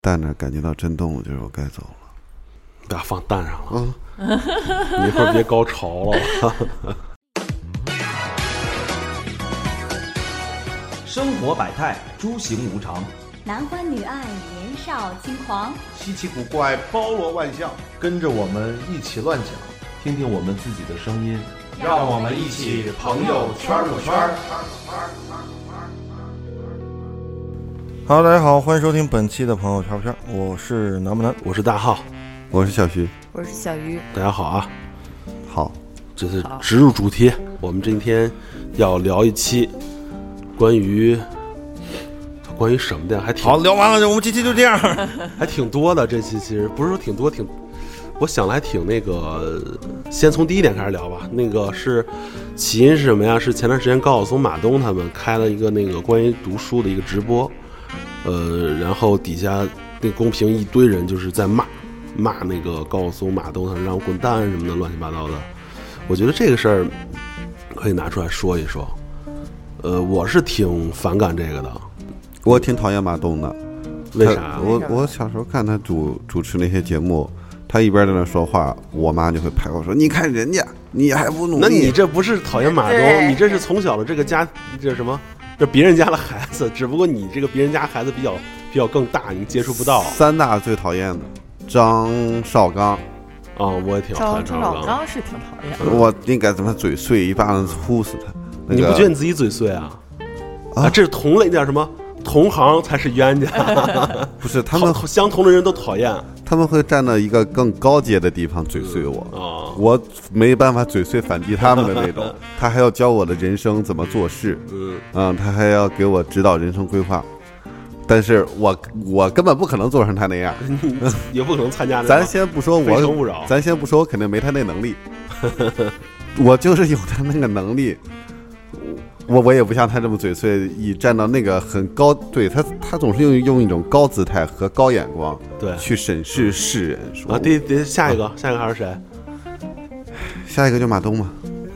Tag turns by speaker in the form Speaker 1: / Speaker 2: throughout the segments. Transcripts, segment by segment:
Speaker 1: 蛋那儿感觉到震动，就是我该走了。
Speaker 2: 给它放蛋上了，你一会儿 别高潮了。
Speaker 3: 生活百态，诸行无常，
Speaker 4: 男欢女爱，年少轻狂。
Speaker 3: 稀奇古怪，包罗万象，
Speaker 5: 跟着我们一起乱讲，听听我们自己的声音。
Speaker 3: 让我们一起朋友圈儿圈儿。
Speaker 5: Hello，大家好，欢迎收听本期的朋友圈儿圈儿，我是南不南。
Speaker 2: 我是大浩，
Speaker 1: 我是小徐，
Speaker 6: 我是小鱼，
Speaker 2: 大家好啊，
Speaker 1: 好，
Speaker 2: 这是植入主题，我们今天要聊一期关于关于什么的，还挺
Speaker 5: 好，聊完了，我们这期就这样。
Speaker 2: 还挺多的。这期其实不是说挺多，挺我想的还挺那个。先从第一点开始聊吧。那个是起因是什么呀？是前段时间高晓松、马东他们开了一个那个关于读书的一个直播，呃，然后底下那公屏一堆人就是在骂骂那个高晓松、马东他们让我滚蛋什么的，乱七八糟的。我觉得这个事儿可以拿出来说一说。呃，我是挺反感这个的，
Speaker 1: 我挺讨厌马东的。
Speaker 2: 为
Speaker 1: 他
Speaker 2: 啥？啊
Speaker 1: 我
Speaker 6: 为啥
Speaker 1: 我小时候看他主主持那些节目，他一边在那说话，我妈就会拍我说：“你看人家，你还不努力？”
Speaker 2: 那你这不是讨厌马东，
Speaker 6: 对
Speaker 2: 你这是从小的这个家这什么？这别人家的孩子，只不过你这个别人家孩子比较比较更大，你接触不到啊、
Speaker 1: 三大最讨厌的张绍刚，
Speaker 2: 啊我也挺讨
Speaker 6: 赵
Speaker 2: 厌
Speaker 6: 张
Speaker 2: 张
Speaker 6: 老
Speaker 2: 绍刚，
Speaker 6: 刚是挺讨厌
Speaker 2: 嗯
Speaker 6: 的，
Speaker 1: 我应该怎么嘴碎一巴掌呼死他？那
Speaker 2: 你
Speaker 1: 个
Speaker 2: 不觉得你自己嘴碎啊？
Speaker 1: 啊
Speaker 2: 这是同类叫什么？同行才是冤 家，
Speaker 1: 不是他 们
Speaker 2: 讨相同的人都讨厌啊、
Speaker 1: 他们会站到一个更高阶的地方嘴碎我，
Speaker 2: 啊
Speaker 1: 我没办法嘴碎反击他们的那 种。他还要教我的人生怎么做事，
Speaker 2: 嗯，
Speaker 1: 嗯，他还要给我指导人生规划。但是我我根本不可能做成他那 样。
Speaker 2: 也不可能参加这个。
Speaker 1: 咱先不说
Speaker 2: 啊非诚勿
Speaker 1: 我
Speaker 2: 扰，
Speaker 1: 咱先不说我肯定没他那能 力，我就是有他那个能力。我我也不像他这么嘴碎，以站到那个很高，对他他总是用用一种高姿态和高眼光
Speaker 2: 对
Speaker 1: 去审视世人。说
Speaker 2: 啊，第第下一个，下一个还是谁？
Speaker 1: 下一个就马东嘛，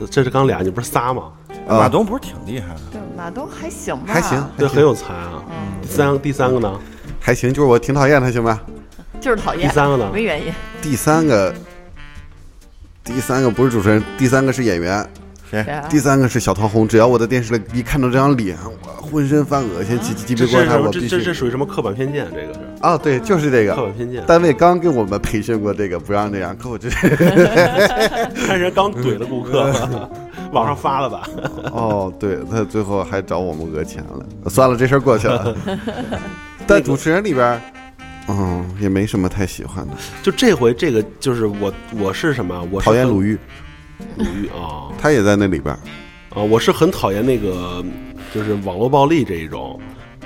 Speaker 2: 这是刚俩，你不是仨吗？
Speaker 1: 啊
Speaker 5: 呃马东不是挺厉害的，
Speaker 6: 对马东还行吧，
Speaker 1: 还行，
Speaker 2: 这很有才啊。第三第三个呢？
Speaker 1: 还行，就是我挺讨厌他，行吧？
Speaker 6: 就是讨厌。
Speaker 2: 第三个呢哎
Speaker 6: 没原因，
Speaker 1: 第三个，第三个不是主持人，第三个是演员，
Speaker 5: 谁？
Speaker 6: 对啊
Speaker 1: 第三个是小桃红。只要我在电视里一看到这张脸，我浑身犯恶心，鸡鸡鸡
Speaker 2: 这
Speaker 1: 皮
Speaker 2: 是
Speaker 1: 疙瘩，
Speaker 2: 什么？
Speaker 1: 我
Speaker 2: 这
Speaker 1: 必
Speaker 2: 这这
Speaker 1: 须。
Speaker 2: 属于什么刻板偏见？这个是
Speaker 1: 啊，对，就是这
Speaker 2: 刻
Speaker 1: 个。
Speaker 2: 板偏见。
Speaker 1: 单位刚给我们培训过这个，不让这样，可我 这
Speaker 2: 但是刚怼了顾客，网上发了吧？
Speaker 1: 哦，对他最后还找我们讹钱了，算了，这事儿过去 了。但主持人里边儿，嗯，也没什么太喜欢的，
Speaker 2: 就这回这个就是我，我是什么？啊我是
Speaker 1: 讨厌
Speaker 2: 很
Speaker 1: 鲁豫，
Speaker 2: 鲁豫啊
Speaker 1: 他也在那里边儿。
Speaker 2: 啊！我是很讨厌那个就是网络暴力这一种。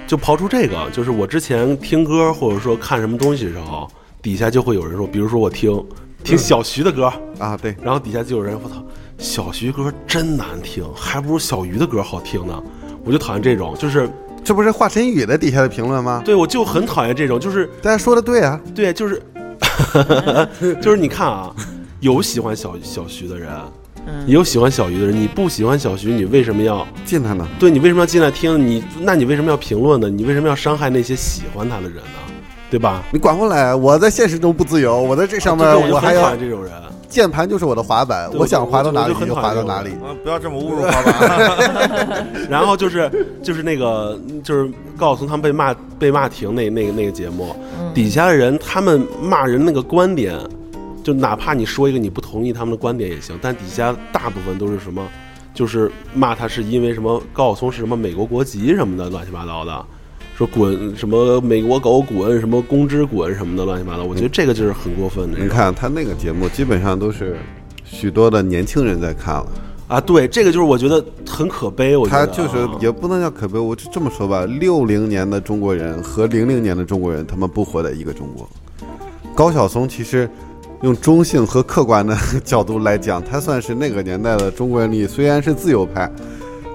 Speaker 2: 就刨出这个，就是我之前听歌或者说看什么东西的时候，底下就会有人说，比如说我听听小徐的歌，
Speaker 1: 啊，对，
Speaker 2: 然后底下就有人我操，小徐歌真难听，还不如小鱼的歌好听呢。我就讨厌这种，就是
Speaker 1: 这不是华晨宇的底下的评论吗？
Speaker 2: 对我就很讨厌这种，就是
Speaker 1: 大家说的对啊，
Speaker 2: 对，就是 就是你看啊，有喜欢小小徐的人，也有喜欢小鱼的人。你不喜欢小徐，你为什么要
Speaker 1: 进他呢。
Speaker 2: 对你为什么要进来听？你那你为什么要评论呢？你为什么要伤害那些喜欢他的人呢？对吧？
Speaker 1: 你管不来，啊我在现实中不自由，我在这上面
Speaker 2: 就就
Speaker 1: 呃我还
Speaker 2: 很讨
Speaker 1: 要
Speaker 2: 厌这种人。
Speaker 1: 键盘就是我的滑板，
Speaker 2: 对
Speaker 1: 我想滑到哪里
Speaker 2: 我就
Speaker 1: 就滑到哪里。
Speaker 5: 啊，不要这么侮辱滑板。
Speaker 2: 然后就是就是那个就是高晓松他们被骂被骂停那那个那个节目，底下的人他们骂人那个观点，就哪怕你说一个你不同意他们的观点也行，但底下大部分都是什么，就是骂他是因为什么高晓松是什么美国国籍什么的乱七八糟的。说滚什么美国狗滚什么公知滚什么的乱七八糟，我觉得这个就是很过分的。
Speaker 1: 你看他那个节目，基本上都是许多的年轻人在看了，
Speaker 2: 啊，对，这个就是我觉得很可悲。我觉
Speaker 1: 他
Speaker 2: 得啊
Speaker 1: 就是也不能叫可悲，我就这么说吧，六零年的中国人和零零年的中国人，他们不活在一个中国。高晓松其实用中性和客观的 角度来讲，他算是那个年代的中国人里虽然是自由派，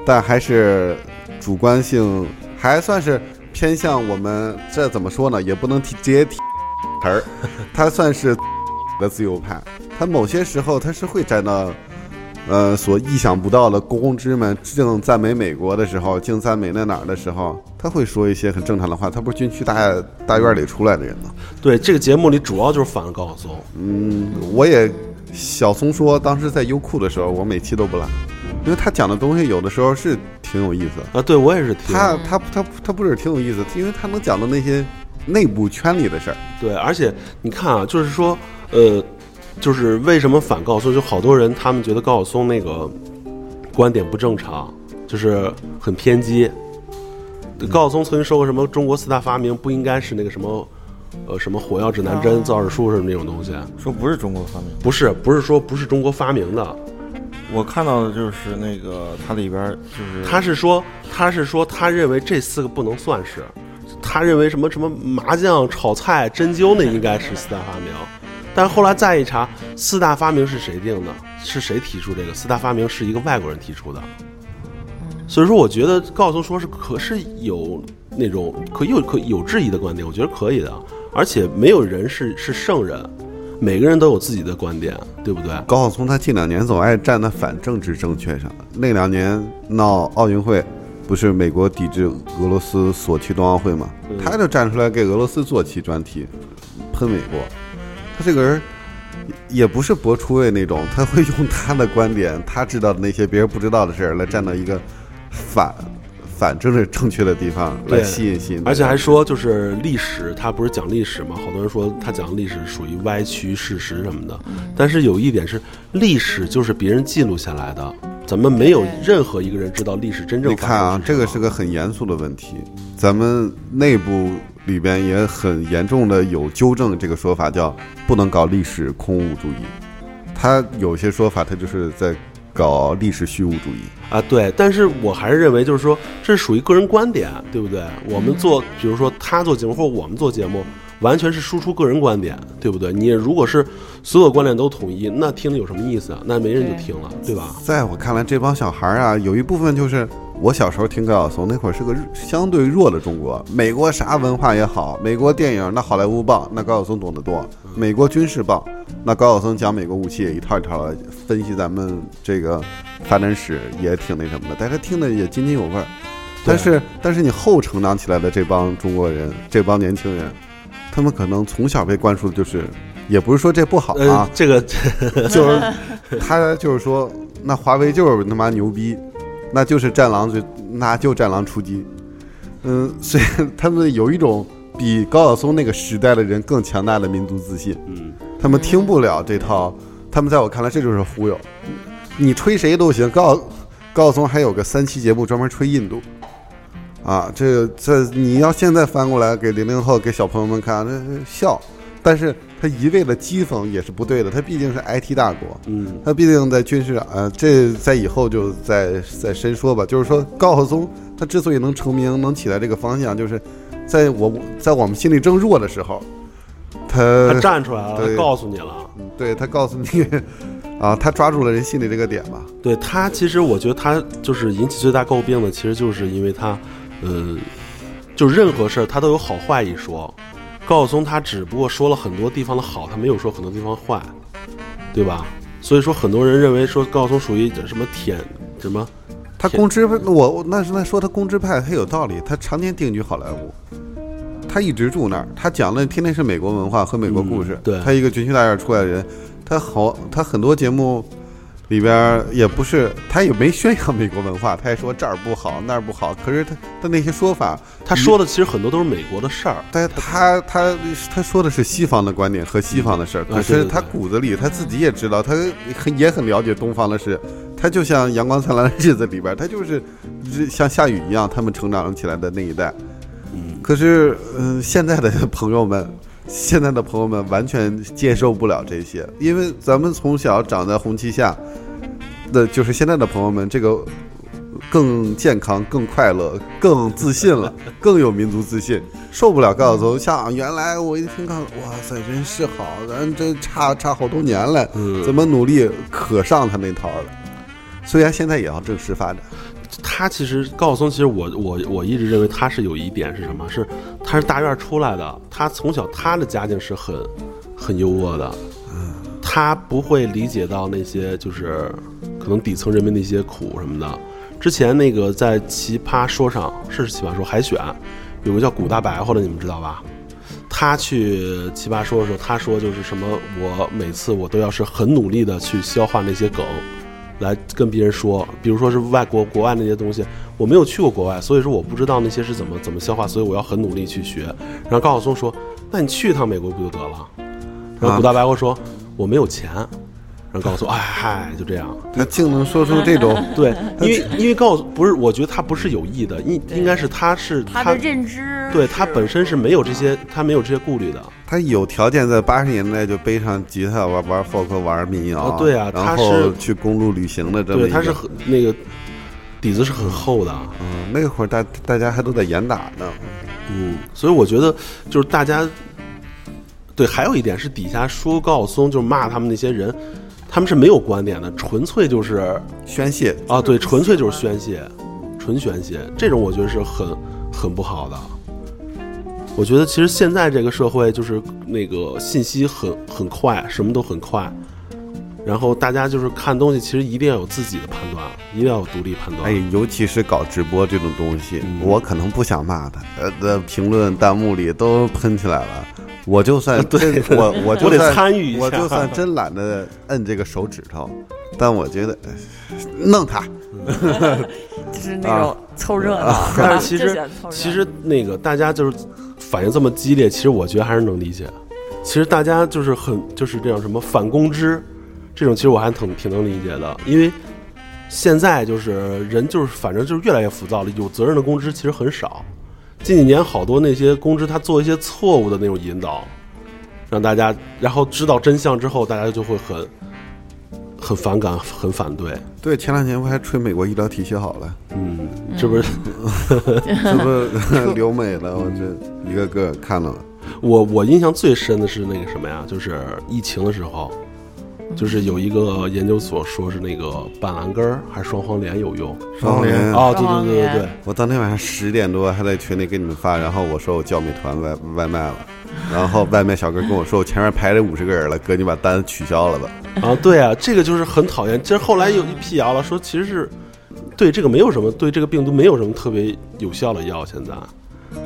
Speaker 1: 但还是主观性还算是偏向我们这怎么说呢？也不能提直接提词儿， 他算是的自由派。他某些时候他是会站到呃所意想不到的公公知们净赞美美国的时候，净赞美那哪儿的时候，他会说一些很正常的话。他不是军区大大院里出来的人吗？
Speaker 2: 对，这个节目里主要就是反高晓松，
Speaker 1: 我也小松说，当时在优酷的时候，我每期都不落，因为他讲的东西有的时候是挺有意思的。
Speaker 2: 啊，对我也是听，
Speaker 1: 他他他他不是挺有意思，因为他能讲到那些内部圈里的事儿。
Speaker 2: 对，而且你看啊，就是说，呃，就是为什么反高晓松？就好多人他们觉得高晓松那个观点不正常，就是很偏激。高晓松曾经说过什么中国四大发明不应该是那个什么，呃，什么火药指南针、造纸术什么这种东西，
Speaker 5: 说不是中国发明，
Speaker 2: 不是，不是说不是中国发明的，
Speaker 5: 我看到的就是那个它里边就是
Speaker 2: 他是说，他是说，他认为这四个不能算是，他认为什么什么麻将、炒菜、针灸那应该是四大发明，但后来再一查，四大发明是谁定的？是谁提出这个？四大发明是一个外国人提出的，所以说我觉得高晓松说是可是有那种可有可有质疑的观点，我觉得可以的，而且没有人是是圣人，每个人都有自己的观点，对不对？
Speaker 1: 高晓松他近两年总爱站在反政治正确上，那两年闹奥运会，不是美国抵制俄罗斯索契冬奥会吗？
Speaker 2: 嗯
Speaker 1: 他就站出来给俄罗斯做期专题，喷美国。他这个人也不是博出位那种，他会用他的观点，他知道的那些别人不知道的事儿来站到一个反反政治正确的地方来
Speaker 2: 对
Speaker 1: 吸引吸引大家，
Speaker 2: 而且还说就是历史，他不是讲历史吗？好多人说他讲历史属于歪曲事实什么的，但是有一点是，历史就是别人记录下来的，咱们没有任何一个人知道历史真正
Speaker 1: 你
Speaker 2: 发
Speaker 1: 看
Speaker 2: 生
Speaker 1: 啊，这
Speaker 2: 什么
Speaker 1: 个是个很严肃的问题，咱们内部里边也很严重的有纠正这个说法，叫不能搞历史空物主义。他有些说法，他就是在搞历史虚无主义。
Speaker 2: 啊，对，但是我还是认为就是说这是属于个人观点，对不对？我们做，比如说他做节目或者我们做节目，完全是输出个人观点，对不对？你如果是所有观点都统一，那听了有什么意思啊？那没人就
Speaker 6: 对
Speaker 2: 听了，对吧？
Speaker 1: 在我看来，这帮小孩儿啊，有一部分就是我小时候听高晓松那会儿是个相对弱的中国，美国啥文化也好，美国电影那好莱坞棒，那高晓松懂得多；美国军事棒，那高晓松讲美国武器也一套一套的分析咱们这个发展史也挺那什么的，但是听的也津津有味儿。但是但是你后成长起来的这帮中国人，这帮年轻人，他们可能从小被灌输的就是，也不是说这不好啊，
Speaker 2: 呃， 这个
Speaker 1: 就是他就是说，那华为就是他妈牛逼，那就是战狼最，那就战狼出击。嗯， 所以他们有一种比高晓松那个时代的人更强大的民族自信。
Speaker 2: 嗯，
Speaker 1: 他们听不了这套，他们在我看来这就是忽悠。你吹谁都行，高高晓松还有个三期节目专门吹印度。啊，这这你要现在翻过来给零零后给小朋友们看，这这笑，但是他一味的讥讽也是不对的，他毕竟是 IT 大国，
Speaker 2: 嗯。
Speaker 1: 他毕竟在军事呃，这在以后就再再深说吧。就是说，高晓松他之所以能成名、能起来这个方向，就是在我在我们心里正弱的时候，他
Speaker 2: 他站出来了，
Speaker 1: 对
Speaker 2: 他告诉你了。
Speaker 1: 对他告诉你啊， 他抓住了人心里这个点吧。
Speaker 2: 对他，其实我觉得他就是引起最大诟病的，其实就是因为他，呃，就任何事儿他都有好坏一说。高晓松他只不过说了很多地方的好，他没有说很多地方坏，对吧？所以说很多人认为说高晓松属于什么舔什么，
Speaker 1: 他公知我我那是那说他公知派，他有道理，他常年定居好莱坞。他一直住那儿，他讲的天天是美国文化和美国故事。
Speaker 2: 嗯对
Speaker 1: 他一个军区大院出来的人，他好，他很多节目里边儿也不是，他也没宣扬美国文化，他也说这儿不好那儿不好。可是他他那些说法，
Speaker 2: 他说的其实很多都是美国的事儿。
Speaker 1: 但他他他说的是西方的观点和西方的事儿，
Speaker 2: 嗯啊
Speaker 1: 可是
Speaker 2: 对对
Speaker 1: 他
Speaker 2: 对
Speaker 1: 骨子里他自己也知道，他很也很了解东方的事。他就像《阳光灿烂的日子》里边，他就是日像夏雨一样，他们成长起来的那一代。可是，嗯、现在的朋友们，现在的朋友们完全接受不了这些，因为咱们从小长在红旗下，那就是现在的朋友们，这个更健康、更快乐、更自信 了，更有民族自信，受不了高晓松。像原来我一听看，哇塞，真是好，咱这差差好多年了，
Speaker 2: 嗯
Speaker 1: 怎么努力可上他那套了。虽然现在也要正式发展，
Speaker 2: 他其实高晓松，其实我我我一直认为他是有一点是什么？是他是大院出来的，他从小他的家境是很很优渥的，他不会理解到那些就是可能底层人民的一些苦什么的。之前那个在《奇葩说》上是《奇葩说》海选，有个叫古大白话的，你们知道吧？他去《奇葩说》的时候，他说就是什么，我每次我都要是很努力的去消化那些梗，来跟别人说，比如说是外国国外那些东西，我没有去过国外，所以说我不知道那些是怎么怎么消化，所以我要很努力去学。然后高晓松说：“那你去一趟美国不就得了？”然后古大白话说：“我没有钱。”然后高晓松：“哎嗨，就这样。”
Speaker 1: 他竟能说出这种，
Speaker 2: 对，因为因为告诉不是，我觉得他不是有意的，应应该是他是
Speaker 6: 他的认知
Speaker 2: 对
Speaker 6: 是
Speaker 2: 他本身是没有这些，他没有这些顾虑的。
Speaker 1: 他有条件在八十年代就背上吉他玩玩 folk 玩民谣，
Speaker 2: 啊对啊他
Speaker 1: 然
Speaker 2: 是
Speaker 1: 后去公路旅行的这么
Speaker 2: 对，
Speaker 1: 一个，
Speaker 2: 他是很那个底子是很厚的，啊
Speaker 1: 嗯那会儿大大家还都在严打呢，
Speaker 2: 嗯，所以我觉得就是大家对，还有一点是底下说高晓松就是骂他们那些人，他们是没有观点的，纯粹就是
Speaker 1: 宣泄
Speaker 2: 啊，对，纯粹就是宣泄，纯宣泄，这种我觉得是很很不好的。我觉得其实现在这个社会就是那个信息很很快，什么都很快，然后大家就是看东西，其实一定要有自己的判断，一定要有独立判断。
Speaker 1: 哎，尤其是搞直播这种东西，我可能不想骂他，呃，的评论弹幕里都喷起来了。我就 算真我我就
Speaker 2: 我得
Speaker 1: 算
Speaker 2: 参与一
Speaker 1: 我
Speaker 2: 下
Speaker 1: 就算真懒得摁这个手指头， 但我觉得哎弄他，
Speaker 6: 就是那种凑热闹， 吧
Speaker 2: 啊 但是其
Speaker 6: 就喜
Speaker 2: 实
Speaker 6: 欢凑热闹
Speaker 2: 其实那个大家就是反应这么激烈，其实我觉得还是能理解。其实大家就是很就是这样什么反攻之这种，其实我还挺挺能理解的，因为现在就是人就是反正就是越来越浮躁了，有责任的公知其实很少。近几年好多那些公知他做一些错误的那种引导，让大家然后知道真相之后，大家就会很很反感、很反对。
Speaker 1: 对，前两年不还吹美国医疗体系好 了，
Speaker 2: 嗯，这不是。
Speaker 1: 是不是 留美了？我这一个个看了，
Speaker 2: 我我印象最深的是那个什么呀，就是疫情的时候，
Speaker 6: 嗯
Speaker 2: 就是有一个研究所说是那个板蓝根儿还是双黄连有用。
Speaker 1: 双联
Speaker 2: 哦，对
Speaker 6: 双黄
Speaker 2: 对对
Speaker 6: 连
Speaker 2: 对对，
Speaker 1: 我当天晚上十点多还在群里给你们发，然后我说我叫美团外外卖了，然后外卖小哥跟我说我前面排着五十个人了，哥你把单取消了吧。
Speaker 2: 啊，对啊，这个就是很讨厌。其实后来有一辟谣了，说其实是对这个没有什么，对这个病毒没有什么特别有效的药。现在，
Speaker 6: 嗯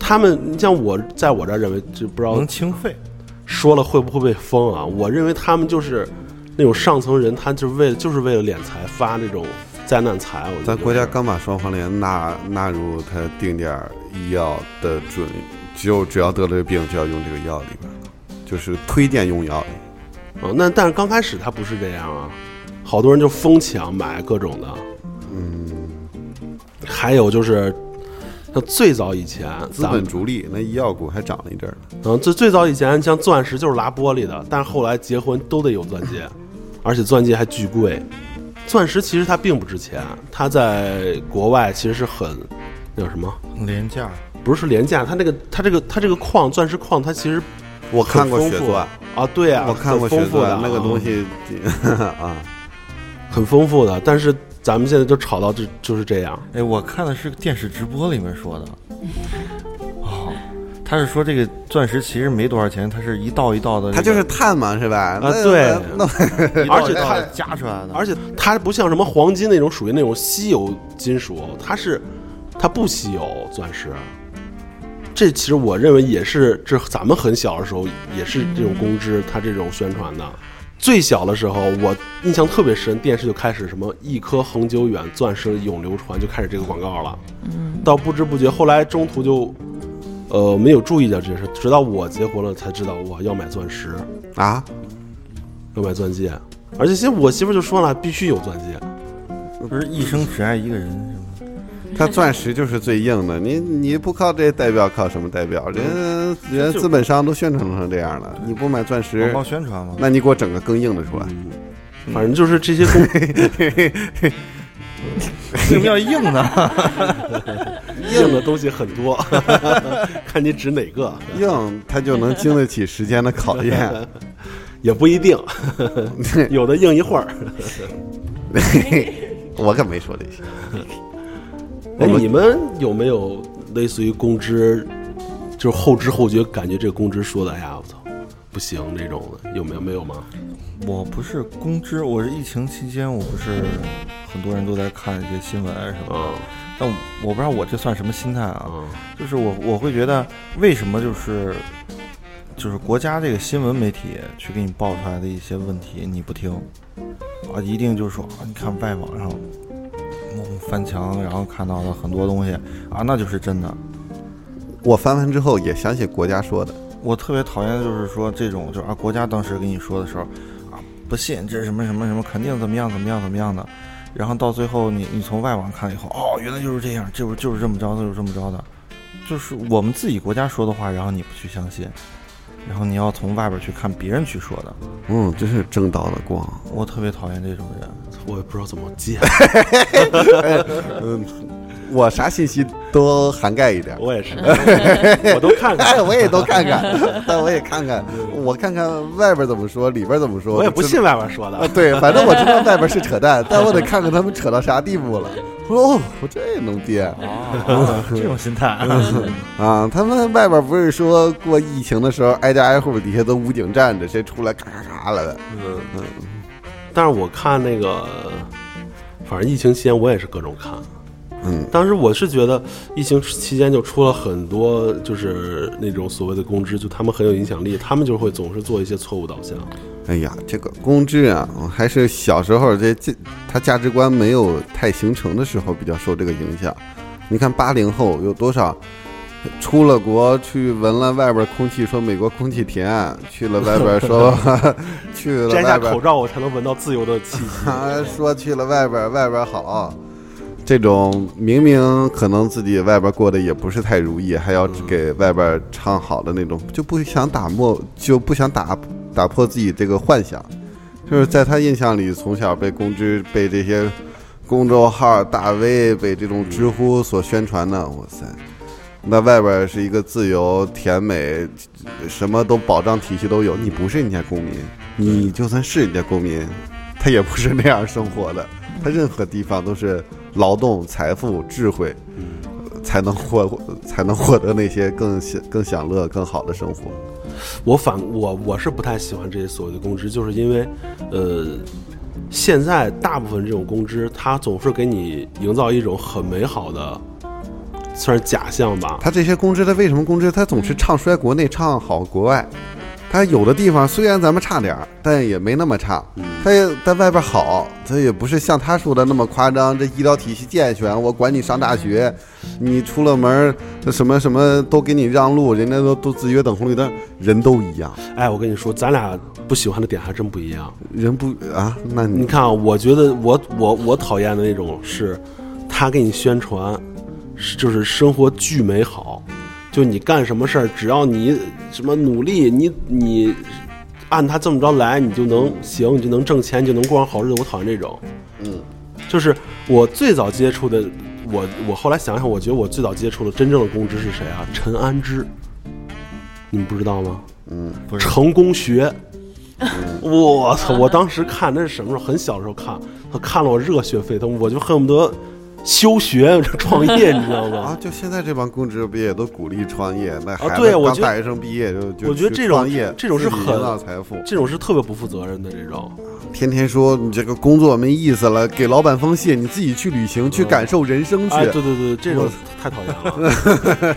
Speaker 2: 他们，你像我在我这儿认为，这不知道
Speaker 5: 能清肺，
Speaker 2: 说了会不会被封啊？我认为他们就是那种上层人，他就是为了就是为了敛财发这种灾难财。我觉得
Speaker 1: 咱国
Speaker 2: 是
Speaker 1: 家刚把双黄连纳纳入它定点儿医药的准，只有只要得了这病就要用这个药里边儿，就是推荐用药。
Speaker 2: 啊，那但是刚开始他不是这样啊，好多人就疯抢买各种的，嗯，还有就是，像最早以前
Speaker 1: 资
Speaker 2: 咱们
Speaker 1: 本逐利，那医药股还涨了一阵儿呢。
Speaker 2: 嗯，最最早以前像钻石就是拉玻璃的，但是后来结婚都得有钻戒，而且钻戒还巨贵。钻石其实它并不值钱，它在国外其实是很那叫什么？
Speaker 5: 廉价。
Speaker 2: 不是廉价，它那个它这个它这个矿钻石矿，它其实
Speaker 1: 我看
Speaker 2: 很
Speaker 1: 过
Speaker 2: 丰
Speaker 1: 血
Speaker 2: 富
Speaker 1: 钻，
Speaker 2: 啊，对啊，嗯
Speaker 1: 我看过
Speaker 2: 很
Speaker 1: 血
Speaker 2: 丰富的
Speaker 1: 钻那个东西啊，
Speaker 2: 很丰富的，但是咱们现在就吵到这就是这样。
Speaker 5: 哎，我看的是电视直播里面说的。哦，他是说这个钻石其实没多少钱，它是一道一道 的、
Speaker 1: 它就是碳嘛，是吧？那
Speaker 2: 啊对
Speaker 1: 那
Speaker 2: 而且
Speaker 5: 它
Speaker 2: 它
Speaker 5: 加出来的，
Speaker 2: 而且它不像什么黄金那种属于那种稀有金属，它是它不稀有钻石。这其实我认为也是，这咱们很小的时候也是这种公知，它这种宣传的。最小的时候，我印象特别深，电视就开始什么“一颗恒久远，钻石永流传”，就开始这个广告了。到不知不觉，后来中途就，呃，没有注意到这件事，直到我结婚了才知道我要买钻石。
Speaker 1: 啊，
Speaker 2: 要买钻戒，而且其实我媳妇就说了，必须有钻戒。
Speaker 5: 不是一生只爱一个人是吗？
Speaker 1: 它钻石就是最硬的，你你不靠这代表，靠什么代表？
Speaker 2: 嗯
Speaker 1: 人人资本商都宣传成这样了，你不买钻
Speaker 5: 广
Speaker 1: 石，
Speaker 5: 告宣传 嘛。
Speaker 1: 那你给我整个更硬的出来。
Speaker 2: 反正就是这些 公，
Speaker 5: 为什么要硬呢？
Speaker 2: 硬的东西很多， 看你指哪个
Speaker 1: 硬，它就能经得起时间的考验。
Speaker 2: 也不一 定，有的硬一 会儿。
Speaker 1: 我可没说这些，
Speaker 2: 哎，你们有没有类似于公知，就是后知后觉感觉这个公知说的，哎呀，我操，不行这种的，有没有没有吗？
Speaker 5: 我不是公知，我是疫情期间，我不是很多人都在看一些新闻什么的，
Speaker 2: 嗯
Speaker 5: 但我不知道我这算什么心态啊？
Speaker 2: 嗯
Speaker 5: 就是我我会觉得，为什么就是就是国家这个新闻媒体去给你爆出来的一些问题你不听啊，一定就说啊，你看外网上嗯翻墙，然后看到了很多东西啊，那就是真的。
Speaker 1: 我翻完之后也想起国家说的，
Speaker 5: 我特别讨厌的就是说这种，就是啊，国家当时跟你说的时候，啊，不信这是什么什么什么，肯定怎么样怎么样怎么样的，然后到最后你你从外网看了以后，哦，原来就是这样，就是就是这么着，就是这么着的，就是我们自己国家说的话，然后你不去相信，然后你要从外边去看别人去说的，
Speaker 1: 嗯，真是正道的光。
Speaker 5: 我特别讨厌这种人。
Speaker 2: 我也不知道怎么接，
Speaker 1: 嗯，我啥信息都涵盖一点。
Speaker 2: 我 也是，我都看
Speaker 1: 哎，
Speaker 2: 看，
Speaker 1: 我也都看看，但我也看看，我看看外边怎么说，里边怎么说。
Speaker 2: 我也不
Speaker 1: 知
Speaker 2: 信外边说
Speaker 1: 啊，
Speaker 2: 的。
Speaker 1: 对，反正我知道外边是扯淡，但我得看看他们扯到啥地步了。哦，我这也能编
Speaker 7: 这种心态啊，
Speaker 1: 啊！他们外边不是说过疫情的时候，挨家挨户底下都武警站着，谁出来咔咔咔了的？
Speaker 2: 嗯，但是我看那个，反正疫情期间我也是各种看。
Speaker 1: 嗯，
Speaker 2: 当时我是觉得疫情期间就出了很多，就是那种所谓的公知，就他们很有影响力，他们就会总是做一些错误导向。
Speaker 1: 哎呀，这个公知啊，还是小时候这这他价值观没有太形成的时候比较受这个影响。你看八零后有多少出了国去闻了外边空气，说美国空气甜，去了外边说 去了
Speaker 2: 摘
Speaker 1: 外
Speaker 2: 下
Speaker 1: 边
Speaker 2: 口罩，我才能闻到自由的气息。
Speaker 1: 他说去了外边儿，外边儿好。这种明明可能自己外边儿过得也不是太如意，还要给外边儿唱好的那种，就不想打磨，就不想打打破自己这个幻想。就是在他印象里，从小被公知、被这些公众号、大 V、被这种知乎所宣传的，哇塞！那外边儿是一个自由、甜美，什么都保障体系都有。你不是人家公民，你就算是人家公民，他也不是那样生活的，他任何地方都是劳动、财富、智慧，呃才能获才能获得那些更享更享乐、更好的生活。
Speaker 2: 我反我我是不太喜欢这些所谓的公知，就是因为，呃，现在大部分这种公知，他总是给你营造一种很美好的，算是假象吧。
Speaker 1: 他这些公知，他为什么公知？他总是唱衰国内，唱好国外。他有的地方虽然咱们差点儿，但也没那么差。他也在外边好，他也不是像他说的那么夸张。这医疗体系健全，我管你上大学，你出了门儿什么什么都给你让路，人家都都自觉等红绿灯，人都一样。
Speaker 2: 哎，我跟你说，咱俩不喜欢的点还真不一样。
Speaker 1: 人不啊？那
Speaker 2: 你
Speaker 1: 你
Speaker 2: 看啊，我觉得我我我讨厌的那种是，他给你宣传，是就是生活巨美好，就你干什么事儿，只要你什么努力，你你按他这么着来，你就能行，你就能挣钱，你就能过上好日子。我讨厌这种，嗯，就是我最早接触的，我我后来想想，我觉得我最早接触的真正的公知是谁啊？陈安之，你们不知道吗？
Speaker 5: 不 是
Speaker 2: 成功学。我操！我当时看那是什么时候？很小的时候看，我看了我热血沸腾，我就恨不得休学 创业，你知道吗
Speaker 1: 啊？，就现在这帮公职不也都鼓励创业？那孩子
Speaker 2: 啊对我
Speaker 1: 刚
Speaker 2: 觉得
Speaker 1: 大学生毕业就就
Speaker 2: 我觉得
Speaker 1: 去
Speaker 2: 这种
Speaker 1: 创业
Speaker 2: 这种
Speaker 1: 自
Speaker 2: 是
Speaker 1: 己
Speaker 2: 很
Speaker 1: 营造财富，
Speaker 2: 这种是特别不负责任的这种。
Speaker 1: 天天说你这个工作没意思了，给老板封信，你自己去旅行，去感受人生去，
Speaker 2: 哎，对对对，这种太讨厌了。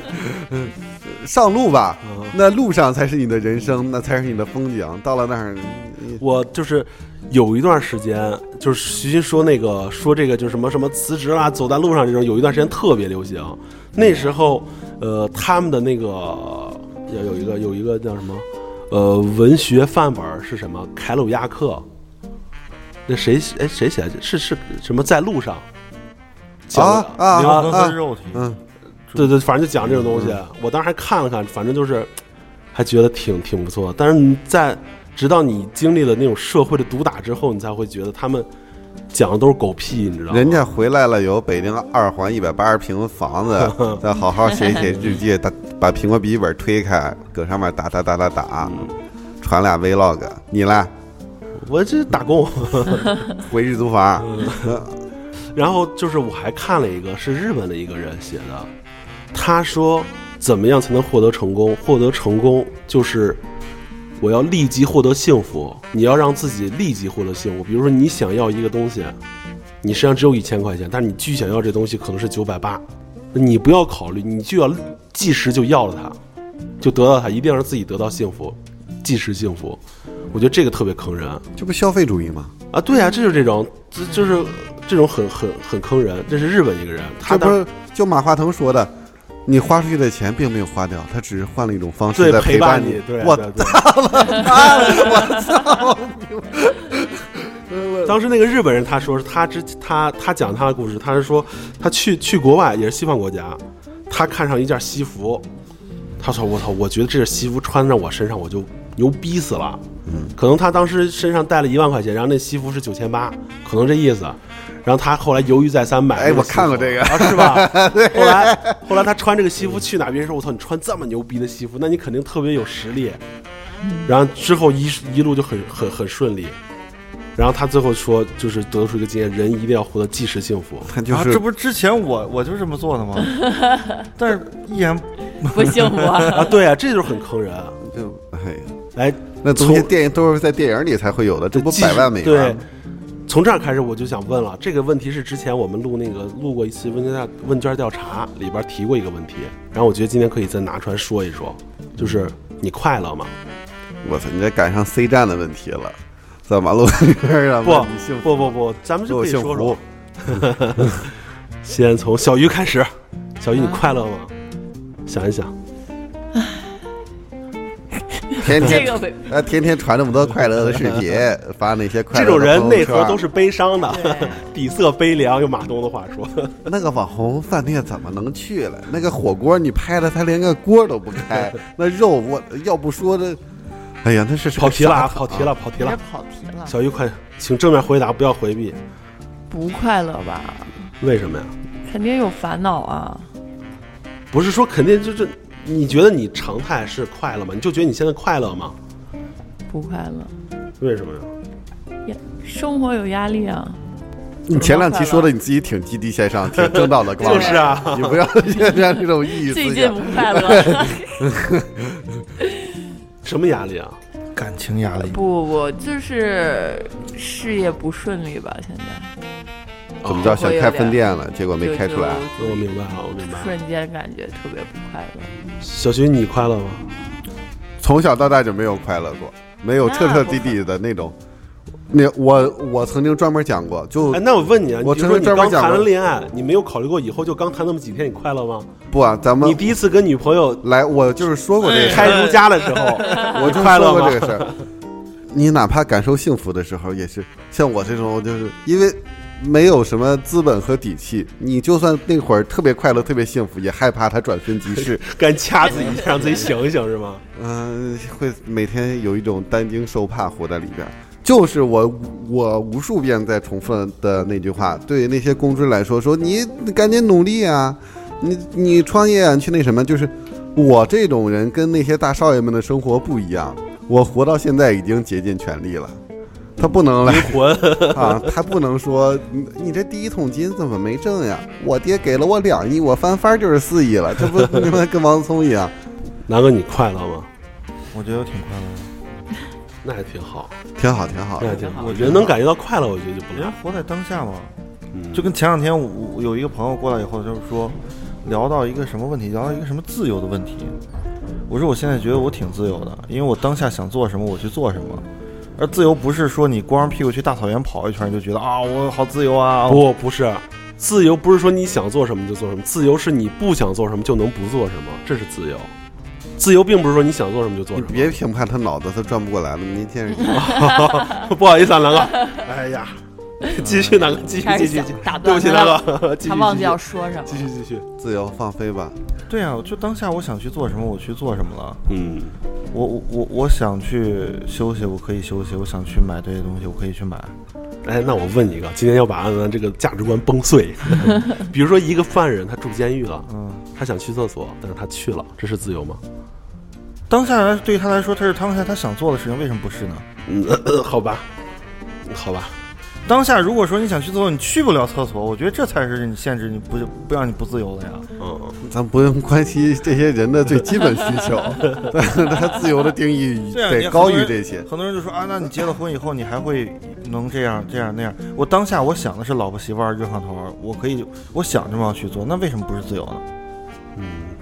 Speaker 1: 上路吧。
Speaker 2: 嗯
Speaker 1: 那路上才是你的人生，那才是你的风景。到了那儿，你
Speaker 2: 我就是有一段时间，就是徐新说那个说这个就是什么什么辞职啦，走在路上这种，有一段时间特别流行。那时候，呃，他们的那个有有一个有一个叫什么，呃，文学范本是什么？凯鲁亚克。那谁哎谁写的？是是什么在路上？讲的
Speaker 1: 啊啊
Speaker 2: 灵
Speaker 5: 灵
Speaker 1: 啊
Speaker 5: 魂
Speaker 1: 啊
Speaker 5: 和！肉体，
Speaker 1: 嗯，
Speaker 2: 对对，反正就讲这种东西。我当时还看了看，反正就是还觉得挺挺不错的。但是你在直到你经历了那种社会的毒打之后，你才会觉得他们讲的都是狗屁，你知道吗？
Speaker 1: 人家回来了，有北京二环一百八十平房 子，再好好写一写日记，打把苹果笔记本推开，搁上面打打打打打，
Speaker 2: 嗯
Speaker 1: 传俩 vlog。你来
Speaker 2: 我这打工。
Speaker 1: 回日租房，
Speaker 2: 嗯然后就是我还看了一个是日本的一个人写的，他说怎么样才能获得成功？获得成功就是我要立即获得幸福，你要让自己立即获得幸福。比如说，你想要一个东西，你身上只有一千块钱，但是你巨想要这东西可能是九百八，你不要考虑，你就要即时就要了它，就得到它，一定要让自己得到幸福，即时幸福。我觉得这个特别坑人
Speaker 1: 这不消费主义吗？
Speaker 2: 啊！对啊，这就是这种，这就是这种很很很坑人。这是日本一个人，他
Speaker 1: 这
Speaker 2: 当
Speaker 1: 不是就马化腾说的，你花出去的钱并没有花掉，他只是换了一种方式
Speaker 2: 对
Speaker 1: 在
Speaker 2: 陪
Speaker 1: 伴
Speaker 2: 你，对，
Speaker 1: 我
Speaker 2: 对对当时那个日本人他说是他之他他讲他的故事，他是说他去去国外也是西方国家，他看上一件西服，他说我操，我觉得这件西服穿在我身上我就牛逼死了。
Speaker 1: 嗯
Speaker 2: 可能他当时身上带了一万块钱，然后那西服是九千八，可能这意思。然后他后来犹豫再三买了
Speaker 1: 哎
Speaker 2: 个西
Speaker 1: 我
Speaker 2: 服，
Speaker 1: 看过这个
Speaker 2: 啊，是吧？ 后来后来他穿这个西服去哪边说，我操，你穿这么牛逼的西服，那你肯定特别有实力。然后之后一一路就很很很顺利。然后他最后说，就是得出一个经验，人一定要活得即时幸福。
Speaker 1: 他就
Speaker 5: 啊，
Speaker 1: 是
Speaker 5: 这不是之前我我就这么做的吗？但是依然
Speaker 6: 不幸福 啊。
Speaker 2: 啊，对啊，这就是很坑人。
Speaker 1: 就哎呀，
Speaker 2: 来，
Speaker 1: 那东西
Speaker 2: 从
Speaker 1: 电影都是在电影里才会有的，这不
Speaker 2: 即时
Speaker 1: 百万美元
Speaker 2: 对
Speaker 1: 吗？，
Speaker 2: 从这儿开始我就想问了，这个问题是之前我们录那个录过一次问卷调问卷调查里边提过一个问题，然后我觉得今天可以再拿出来说一说，就是你快乐吗？
Speaker 1: 我操，你这赶上 C 站的问题了，在马路里边儿啊，
Speaker 2: 不
Speaker 1: 问你幸福
Speaker 2: 不不不，咱们就可以
Speaker 1: 幸
Speaker 2: 说说
Speaker 1: 福。，
Speaker 2: 先从小鱼开始，小鱼你快乐吗？想一想，
Speaker 1: 天
Speaker 6: 这
Speaker 1: 天
Speaker 6: 个
Speaker 2: 哎
Speaker 6: 没
Speaker 1: 啊，天天传那么多快乐的视 频，发那些快
Speaker 2: 这
Speaker 1: 乐的
Speaker 2: 种人
Speaker 1: 朋友
Speaker 2: 内核
Speaker 1: 圈
Speaker 2: 都是悲伤 的，
Speaker 6: 对，
Speaker 2: 底色悲凉。用马东的话 说，
Speaker 1: 那个网红饭店怎么能去了？那个火锅你拍了，他连个锅都不开，那肉我要不说这，哎呀，那是
Speaker 2: 跑题了啊，
Speaker 1: 啥
Speaker 2: 跑题了，跑题
Speaker 6: 别
Speaker 2: 了。
Speaker 6: 跑题了，
Speaker 2: 小鱼快，请正面回答，不要回避。
Speaker 6: 不快乐吧？
Speaker 2: 为什么呀？
Speaker 6: 肯定有烦恼啊。
Speaker 2: 不是说肯定就是你觉得你常态是快乐吗？你就觉得你现在快乐吗？
Speaker 6: 不快乐，
Speaker 2: 为什么呀？
Speaker 6: 生活有压力啊。
Speaker 1: 你前两期说的你自己挺积极向上，挺正 道的，光
Speaker 2: 就是啊，
Speaker 1: 你不要 现在这种抑郁
Speaker 6: 最
Speaker 1: 思
Speaker 6: 近
Speaker 1: 想
Speaker 6: 不。快 乐，
Speaker 2: 什么压力啊？
Speaker 5: 感情压力
Speaker 6: 不，不不，就是事业不顺利吧？现在
Speaker 1: 怎么着想开分店了，结果
Speaker 6: 就
Speaker 1: 没开出来。
Speaker 2: 那我明白了，我明
Speaker 6: 就
Speaker 2: 白了。
Speaker 6: 瞬间感觉特别不快乐。
Speaker 2: 小徐，你快乐吗？
Speaker 1: 从小到大就没有快乐过，没有彻彻底底的那种。那我我曾经专门讲过，就
Speaker 2: 哎，那我问你啊，
Speaker 1: 我
Speaker 2: 你就说
Speaker 1: 之
Speaker 2: 你
Speaker 1: 前专门
Speaker 2: 刚
Speaker 1: 讲
Speaker 2: 谈了
Speaker 1: 过
Speaker 2: 恋爱，你没有考虑过以后就刚谈那么几天，你快乐吗？
Speaker 1: 不啊，咱们
Speaker 2: 你第一次跟女朋友
Speaker 1: 来，我就是说过这个事儿。
Speaker 2: 开如家的时候，
Speaker 1: 我
Speaker 2: 你
Speaker 1: 就
Speaker 2: 哎快
Speaker 1: 说
Speaker 2: 乐
Speaker 1: 过这
Speaker 2: 吗？
Speaker 1: 个事儿。你哪怕感受幸福的时候，也是像我这种，就是因为没有什么资本和底气，你就算那会儿特别快乐、特别幸福，也害怕它转瞬即逝。
Speaker 2: 干掐自己一下，让自己醒一醒是吗？
Speaker 1: 嗯、会每天有一种担惊受怕活在里边儿。就是我，我无数遍在重复的那句话，对那些公知来说，说你赶紧努力啊，你你创业啊，你去那什么，就是我这种人跟那些大少爷们的生活不一样，我活到现在已经竭尽全力了，他不能来
Speaker 2: 灵魂，
Speaker 1: 啊，他不能说你你这第一桶金怎么没挣呀？我爹给了我两亿，我翻番儿就是四亿了，这不他妈跟王聪一样？
Speaker 2: 南哥，你快乐吗？
Speaker 5: 我觉得我挺快乐
Speaker 2: 那也挺好，
Speaker 1: 挺好，挺好
Speaker 2: 那也
Speaker 1: 的。
Speaker 2: 挺好。
Speaker 5: 我觉得
Speaker 2: 人能感觉到快乐，我觉得就不
Speaker 5: 的，人
Speaker 2: 赖。
Speaker 5: 活在当下嘛。
Speaker 2: 嗯
Speaker 5: 就跟前两天我我有一个朋友过来以后，就是说聊到一个什么问题，聊到一个什么自由的问题。我说我现在觉得我挺自由的，因为我当下想做什么我去做什么。而自由不是说你光屁股去大草原跑一圈你就觉得啊我好自由啊，
Speaker 6: 哦
Speaker 2: 不，不是，自由不是说你想做什么就做什么，自由是你不想做什么就能不做什么，这是自由。自由并不是说你想做什么就做
Speaker 1: 你
Speaker 2: 什么。
Speaker 1: 别评判他脑子，他转不过来了。您见识
Speaker 2: 不好意思啊，南 哥，哎呀， 继续南哥，继续
Speaker 6: 开
Speaker 2: 继
Speaker 6: 始
Speaker 2: 续，
Speaker 6: 想
Speaker 2: 继续
Speaker 6: 打
Speaker 2: 对
Speaker 6: 断
Speaker 2: 不起
Speaker 6: 他
Speaker 2: 南
Speaker 6: 了，
Speaker 2: 哥，继续
Speaker 6: 他忘记要说什
Speaker 2: 继
Speaker 6: 么。
Speaker 2: 续继续继续，
Speaker 1: 自由放飞吧，
Speaker 5: 对啊，就当下我想去做什么我去做什么了。
Speaker 2: 嗯，
Speaker 5: 我我我我想去休息，我可以休息；我想去买这些东西，我可以去买。
Speaker 2: 哎，那我问一个，今天要把安安这个价值观崩 碎， 比如说一个犯人他住监狱了，
Speaker 5: 嗯，
Speaker 2: 他想去厕所，但是他去了，这是自由吗？
Speaker 5: 当下来对 他来说，他是当下他想做的事情，为什么不是呢？
Speaker 2: 嗯，呃呃好吧，好吧，
Speaker 5: 当下如果说你想去厕所，你去不了厕所，我觉得这才是你限制你不不让你不自由的呀。
Speaker 2: 嗯，
Speaker 1: 咱不用关心这些人的最基本需 求，但是他自由的定义
Speaker 2: 啊
Speaker 5: 这样你
Speaker 1: 得
Speaker 5: 很
Speaker 1: 高
Speaker 5: 多
Speaker 1: 于
Speaker 5: 人
Speaker 1: 这些。
Speaker 5: 很多人就说啊，那你结了婚以后，你还会能这样这样那样？我当下我想的是老婆媳妇儿热炕头儿，我可以，我想这么样去做，那为什么不是自由呢？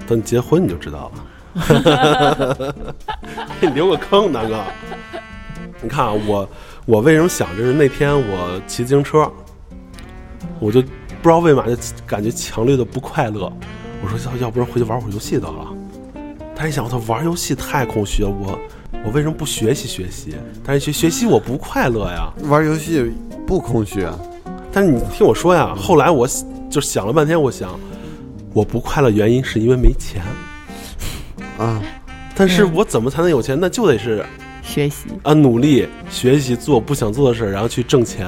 Speaker 2: 等你嗯结婚你就知道了。你留个坑，南哥。你看啊，我我为什么想这是那天我骑自行车，我就不知道为嘛就感觉强烈的不快乐。我说要要不然回去玩会儿游戏得了。但是一想我操，玩游戏太空虚了，我我为什么不学习学习？但是学学习我不快乐呀。
Speaker 1: 玩游戏不空虚啊，
Speaker 2: 但是你听我说呀，后来我就想了半天，我想我不快乐原因是因为没钱。
Speaker 1: 啊，
Speaker 2: 但是我怎么才能有钱？那就得是
Speaker 6: 学习，
Speaker 2: 啊，努力学习，做不想做的事儿，然后去挣钱。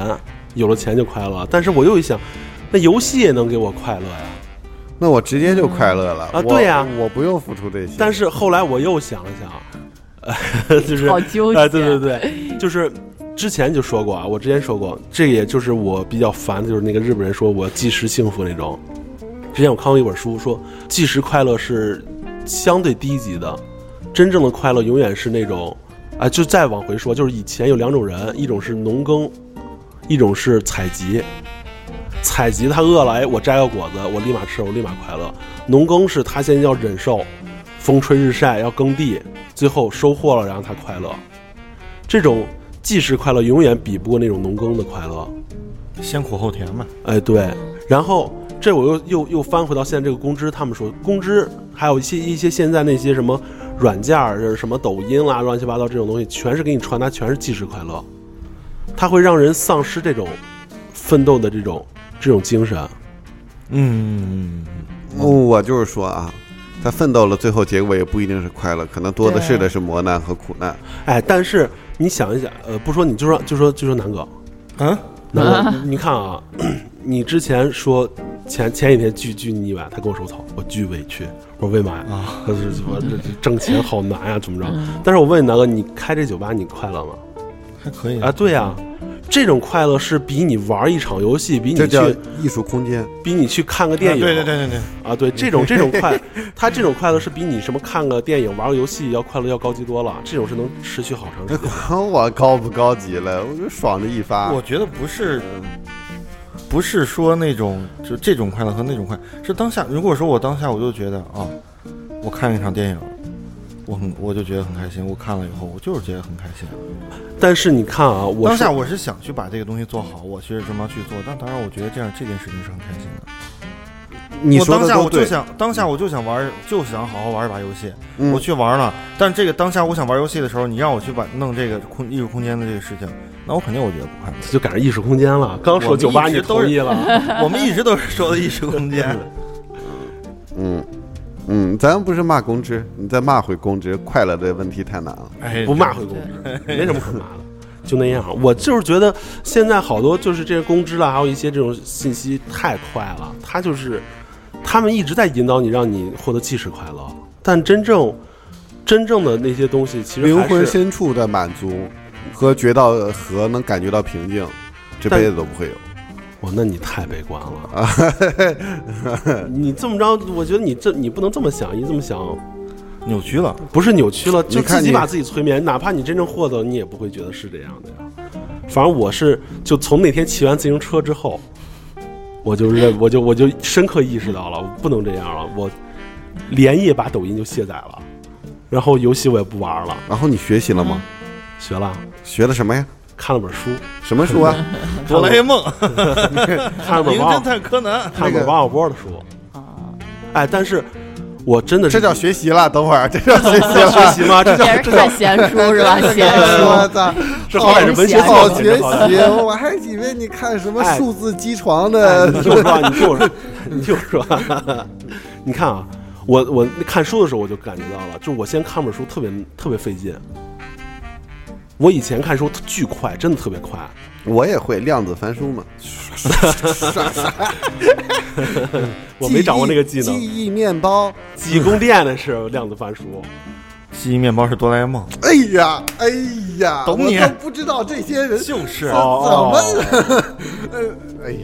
Speaker 2: 有了钱就快乐。但是我又一想，那游戏也能给我快乐呀。
Speaker 1: 那我直接就快乐了
Speaker 2: 啊
Speaker 1: 我
Speaker 2: 对呀
Speaker 1: 我不用付出这些。
Speaker 2: 但是后来我又想了想，呃、 就是
Speaker 6: 好纠结
Speaker 2: 哎，对对对，就是之前就说过啊，我之前说过，这也就是我比较烦的，就是那个日本人说我即时幸福那种。之前我看过一本书，说即时快乐是相对低级的，真正的快乐永远是那种，啊、就再往回说，就是以前有两种人，一种是农耕，一种是采集。采集他饿了，哎，我摘个果子，我立马吃，我立马快乐。农耕是他先要忍受风吹日晒，要耕地，最后收获了，然后他快乐。这种即时快乐永远比不过那种农耕的快乐。
Speaker 5: 先苦后甜嘛。
Speaker 2: 哎，对。然后这我又又又翻回到现在这个公知，他们说公知还有一些一些现在那些什么软件儿，就是什么抖音啦、乱七八糟这种东西，全是给你传达，全是即时快乐，它会让人丧失这种奋斗的这种这种精神。
Speaker 5: 嗯，
Speaker 1: 嗯我就是说啊，他奋斗了，最后结果也不一定是快乐，可能多的是的是磨难和苦难。
Speaker 2: 哎，但是你想一想，呃，不说你就说就说就说南哥，
Speaker 5: 嗯，
Speaker 2: 南哥，你你看啊， 你之前说前前几天拒拒你一晚，他跟我说我操，我巨委屈，我说为嘛呀？他说我这这挣钱好难呀、怎么着？但是我问你南哥，你开这酒吧你快乐吗？
Speaker 5: 还可以
Speaker 2: 啊，。对呀、这种快乐是比你玩一场游戏，比你
Speaker 1: 这
Speaker 2: 去
Speaker 1: 叫艺术空间。
Speaker 2: 比你去看个电影，
Speaker 5: 对对对对对，
Speaker 2: 啊，对这种这种快，他这种快乐是比你什么看个电影、玩个游戏要快乐要高级多了，这种是能持续好长时
Speaker 1: 那
Speaker 2: 间。
Speaker 1: 管我高不高级了，我就爽的一发。
Speaker 5: 我觉得不是，不是说那种就这种快乐和那种快，是当下。如果说我当下我就觉得啊，我看了一场电影，我很我就觉得很开心。我看了以后，我就是觉得很开心。
Speaker 2: 但是你看啊，我
Speaker 5: 当
Speaker 2: 是
Speaker 5: 下我是想去把这个东西做好，我去这么去做。但当然，我觉得这样这件事情是很开心的。
Speaker 1: 你
Speaker 5: 我
Speaker 1: 说
Speaker 5: 当
Speaker 1: 的
Speaker 5: 下
Speaker 1: 都
Speaker 5: 我就
Speaker 1: 对，
Speaker 5: 想，当下我就想玩，就想好好玩一把游戏。
Speaker 1: 嗯
Speaker 5: 我去玩了，但这个当下我想玩游戏的时候，你让我去把弄这个空艺术空间的这个事情，那我肯定我觉得不快乐。
Speaker 2: 就赶上艺术空间了，刚说
Speaker 5: 我们
Speaker 2: 酒吧
Speaker 5: 一
Speaker 2: 你
Speaker 5: 直都是
Speaker 2: 同意 了，
Speaker 5: 我们一直都是说的艺术空间，
Speaker 1: 嗯嗯，咱不是骂公知，你再骂回公知，快乐的问题太难了。
Speaker 5: 哎
Speaker 2: 不骂回公知，没什么可骂的。就那样，我就是觉得现在好多就是这些公知啦，还有一些这种信息太快了，他就是他们一直在引导你，让你获得即时快乐，但真正真正的那些东西，其实
Speaker 1: 灵
Speaker 2: 还
Speaker 1: 魂
Speaker 2: 是
Speaker 1: 深处的满足和觉到和能感觉到平静，这
Speaker 2: 但
Speaker 1: 辈子都不会有。
Speaker 2: 哇，那你太悲观了啊！你这么着，我觉得你这你不能这么想，一这么想
Speaker 5: 扭曲了。
Speaker 2: 不是扭曲了，就
Speaker 1: 你看
Speaker 2: 自己
Speaker 1: 你
Speaker 2: 把自己催眠。哪怕你真正获得，你也不会觉得是这样的呀。反正我是，就从那天骑完自行车之后，我就认，我就我就深刻意识到了，我不能这样了。我连夜把抖音就卸载了，然后游戏我也不玩了，
Speaker 1: 然后你学习了吗？
Speaker 2: 嗯学了，
Speaker 1: 学了什么呀？
Speaker 2: 看了本书，
Speaker 1: 什么 书啊？
Speaker 5: 哆啦 A 梦、
Speaker 2: 看了本
Speaker 5: 名
Speaker 2: 王
Speaker 5: 侦探柯南，
Speaker 2: 看了本王小波的书。哎，但是我真的
Speaker 1: 这
Speaker 2: 是
Speaker 1: 叫学习了。等会儿这 叫学习
Speaker 2: 学
Speaker 1: 了。
Speaker 2: 习吗？这叫
Speaker 6: 也是看闲书是吧？闲
Speaker 2: 哎
Speaker 1: 我
Speaker 6: 书，
Speaker 1: 操！
Speaker 2: 这好歹是文学
Speaker 1: 好
Speaker 2: 作品
Speaker 1: 学
Speaker 2: 这好歹
Speaker 1: 习，我还以为你看什么
Speaker 2: 哎
Speaker 1: 数字机床
Speaker 2: 哎
Speaker 1: 的
Speaker 2: 你听我说啊，你听我说， 你听我说， 你看啊，我我看书的时候我就感觉到了，就是我先看本书特别特别费劲。我以前看书巨快，真的特别快。
Speaker 1: 我也会量子翻书嘛，
Speaker 2: 我没掌握那个技
Speaker 1: 记
Speaker 2: 能，
Speaker 1: 忆面包，
Speaker 2: 记忆宫殿那是量子翻书。
Speaker 5: 记忆面包是哆啦 A 梦，
Speaker 1: 哎呀，哎呀，
Speaker 5: 懂你
Speaker 1: 我都不知道这些人是啊
Speaker 5: 就是啊
Speaker 1: 怎么，呃哦 哎呀，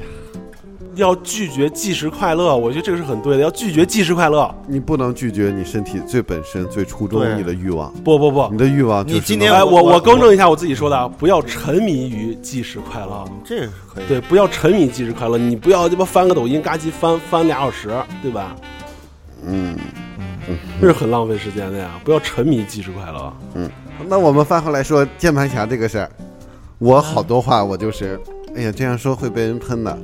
Speaker 2: 要拒绝即时快乐，我觉得这个是很对的。要拒绝即时快乐，
Speaker 1: 你不能拒绝你身体最本身、最初衷
Speaker 5: 对
Speaker 1: 你的欲望，
Speaker 2: 不不不
Speaker 1: 你，的欲望就是
Speaker 5: 你今天
Speaker 1: 能
Speaker 2: 哎，我
Speaker 5: 我
Speaker 2: 我更正一下我自己说的，啊，不要沉迷于即时快乐。
Speaker 5: 这个是可以。
Speaker 2: 对，不要沉迷即时快乐，你不要鸡巴翻个抖音，嘎叽翻翻俩小时，对吧？
Speaker 1: 嗯，
Speaker 2: 这是很浪费时间的呀！不要沉迷即时快乐。
Speaker 1: 那我们翻回来说键盘侠这个事儿，我好多话我就是，哎呀，这样说会被人喷的。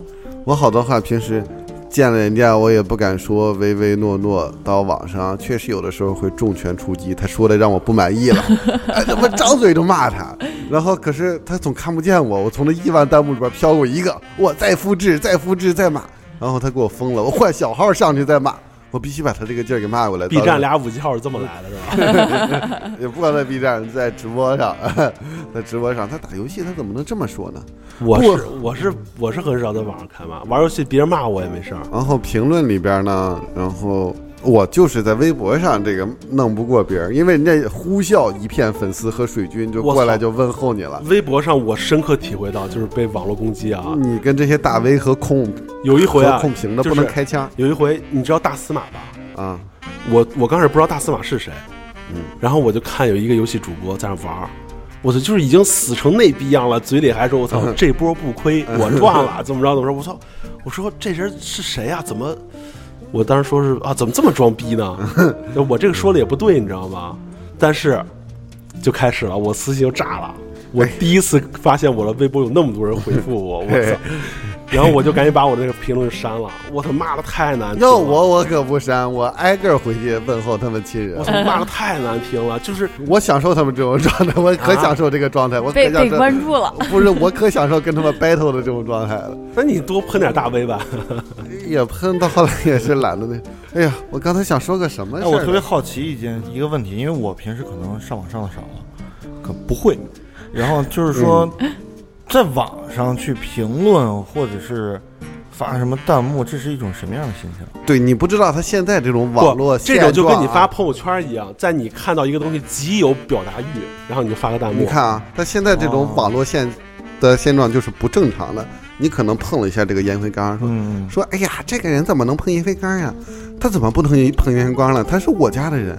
Speaker 1: 我好多话平时见了人家我也不敢说，唯唯诺诺。到网上确实有的时候会重拳出击，他说的让我不满意了，哎，他妈张嘴就骂他。然后可是他总看不见我，我从那亿万弹幕里边飘过一个，我再复制，再复制，再骂。然后他给我封了，我换小号上去再骂，我必须把他这个劲儿给骂过来。
Speaker 2: B 站俩五 G 号是这么来的，是吧？
Speaker 1: 也不光在 B 站，在直播上， 在直播上，他打游戏他怎么能这么说呢？
Speaker 2: 我是我是我是很少在网上看嘛，玩游戏别人骂我也没事儿。
Speaker 1: 然后评论里边呢，然后我就是在微博上这个弄不过别人，因为人家呼啸一片，粉丝和水军就
Speaker 2: 我操
Speaker 1: 过来就问候你了。
Speaker 2: 微博上我深刻体会到，就是被网络攻击啊。
Speaker 1: 你跟这些大 V 和控
Speaker 2: 有一回
Speaker 1: 和
Speaker 2: 啊，
Speaker 1: 控评的
Speaker 2: 就
Speaker 1: 不
Speaker 2: 是
Speaker 1: 能开枪
Speaker 2: 有一回，你知道大司马吧？
Speaker 1: 啊！
Speaker 2: 我我刚开始不知道大司马是谁，
Speaker 1: 嗯，
Speaker 2: 然后我就看有一个游戏主播在那玩儿，我操，就是已经死成那逼样了，嘴里还说我
Speaker 1: 嗯
Speaker 2: 操这波不亏，我赚了， 怎么着怎么着，我操，我说这人是谁呀、怎么？我当时说是啊，怎么这么装 逼呢？就我这个说的也不对，你知道吗？但是就开始了，我私信就炸
Speaker 1: 哎
Speaker 2: 了。我第一次发现我的微博有那么多人回复我，我 操！然后我就赶紧把我这个评论删了。我他妈的太难听了！
Speaker 1: 要我我可不删，我挨个回去问候他们亲人
Speaker 2: 我。操，骂的太难听了，就是
Speaker 1: 我享受他们这种状态，我可
Speaker 2: 啊
Speaker 1: 享受这个状态，我可
Speaker 6: 被
Speaker 1: 享
Speaker 6: 被
Speaker 1: 受
Speaker 6: 关注了。
Speaker 1: 不是我可享受跟他们 battle 的这种状态了。
Speaker 2: 那你多喷点大 V 吧。
Speaker 1: 也喷到后来也是懒得那，哎呀，我刚才想说个什么事
Speaker 5: 哎，
Speaker 1: 儿
Speaker 5: 我
Speaker 1: 呢、
Speaker 5: 特别好奇一件一个问题，因为我平时可能上网上的少了，可不会。然后就是说，在网上去评论或者是发什么弹幕，这是一种什么样的现象？
Speaker 1: 对你不知道他现在这种网络
Speaker 2: 不这种
Speaker 1: 现
Speaker 2: 就
Speaker 1: 状啊
Speaker 2: 跟你发，朋友圈一样，在你看到一个东西极有表达欲，然后你就发个弹幕。
Speaker 1: 你看啊，他现在这种网络现的现状就是不正常的。你可能碰了一下这个烟灰缸，说
Speaker 5: 嗯，
Speaker 1: 说哎呀，这个人怎么能碰烟灰缸呀、啊他怎么不能碰烟灰缸了？他是我家的人。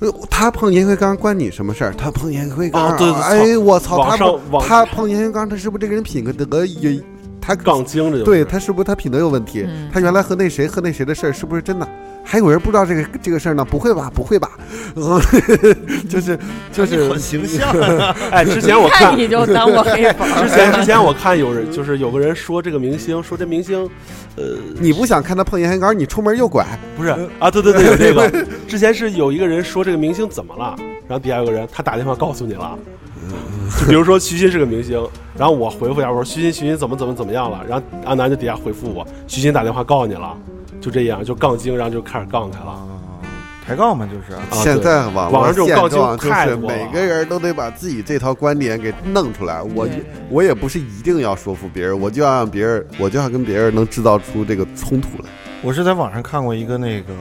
Speaker 1: 呃他碰烟灰缸关你什么事儿？他碰烟灰缸，
Speaker 2: 哦对对
Speaker 1: 哎，我操，
Speaker 2: 网
Speaker 1: 他
Speaker 2: 上
Speaker 1: 不
Speaker 2: 网
Speaker 1: 他碰烟灰缸，他是不是这个人品格也他
Speaker 2: 杠精这就是
Speaker 1: 对他是不是他品德有问题？
Speaker 6: 嗯
Speaker 1: 他原来和那谁和那谁的事儿是不是真的？还有人不知道这个这个事儿呢？不会吧？不会吧？ 嗯就是就是
Speaker 5: 很形象，啊
Speaker 2: 哎，之前我看
Speaker 6: 看你就当我黑粉
Speaker 2: 之前之前我看有人就是有个人说这个明星说这明星，呃，
Speaker 1: 你不想看他碰烟灰缸，你出门右拐，
Speaker 2: 不是啊，对对对，有这个。之前是有一个人说这个明星怎么了，然后底下有个人他打电话告诉你了。就比如说徐新是个明星，然后我回复一下，我说徐新徐新怎么怎么怎么样了，然后阿南就底下回复我，徐新打电话告你了，就这样就杠精，然后就开始杠开了。
Speaker 5: 抬杠嘛，就是啊。
Speaker 2: 啊
Speaker 1: 现在网络
Speaker 2: 网上这
Speaker 1: 现
Speaker 2: 种杠精
Speaker 1: 状就
Speaker 2: 太
Speaker 1: 是
Speaker 2: 多
Speaker 1: 每
Speaker 2: 了
Speaker 1: 个人都得把自己这套观点给弄出来。我
Speaker 6: 对对
Speaker 1: 我也不是一定要说服别人，我就要让别人，我就要跟别人能制造出这个冲突来。
Speaker 5: 我是在网上看过一个那个，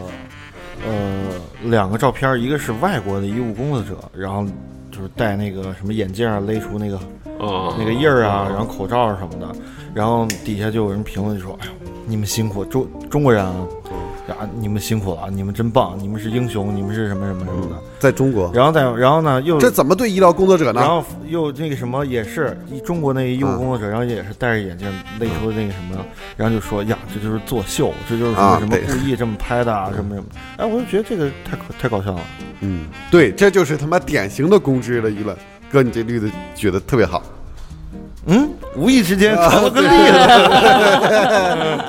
Speaker 5: 呃，两个照片儿，一个是外国的医务工作者，然后就是戴那个什么眼镜啊，勒出那个
Speaker 1: 哦
Speaker 2: 啊
Speaker 5: 那个印儿啊，然后口罩什么的，然后底下就有人评论说：“哎呦，你们辛苦，中中国人啊，啊，你们辛苦了，你们真棒，你们是英雄，你们是什么什么什么的。
Speaker 1: 嗯在中国”，
Speaker 5: 然后再然后呢，又
Speaker 1: 这怎么对医疗工作者
Speaker 5: 然
Speaker 1: 呢？
Speaker 5: 后又那个什么，也是一中国那个医务工作者，
Speaker 1: 嗯
Speaker 5: 然后也是戴着眼镜勒出那个什么，然后就说呀，这就是作秀，这就是
Speaker 1: 啊
Speaker 5: 说什么
Speaker 1: 对
Speaker 5: 故意这么拍的啊，什么什么的。哎，我就觉得这个太可太搞笑了。
Speaker 1: 嗯，对，这就是他妈典型的公知的舆论。哥，你这例子举的特别好。
Speaker 5: 嗯，无意之间
Speaker 1: 啊
Speaker 5: 传
Speaker 2: 哦
Speaker 5: 了个例子，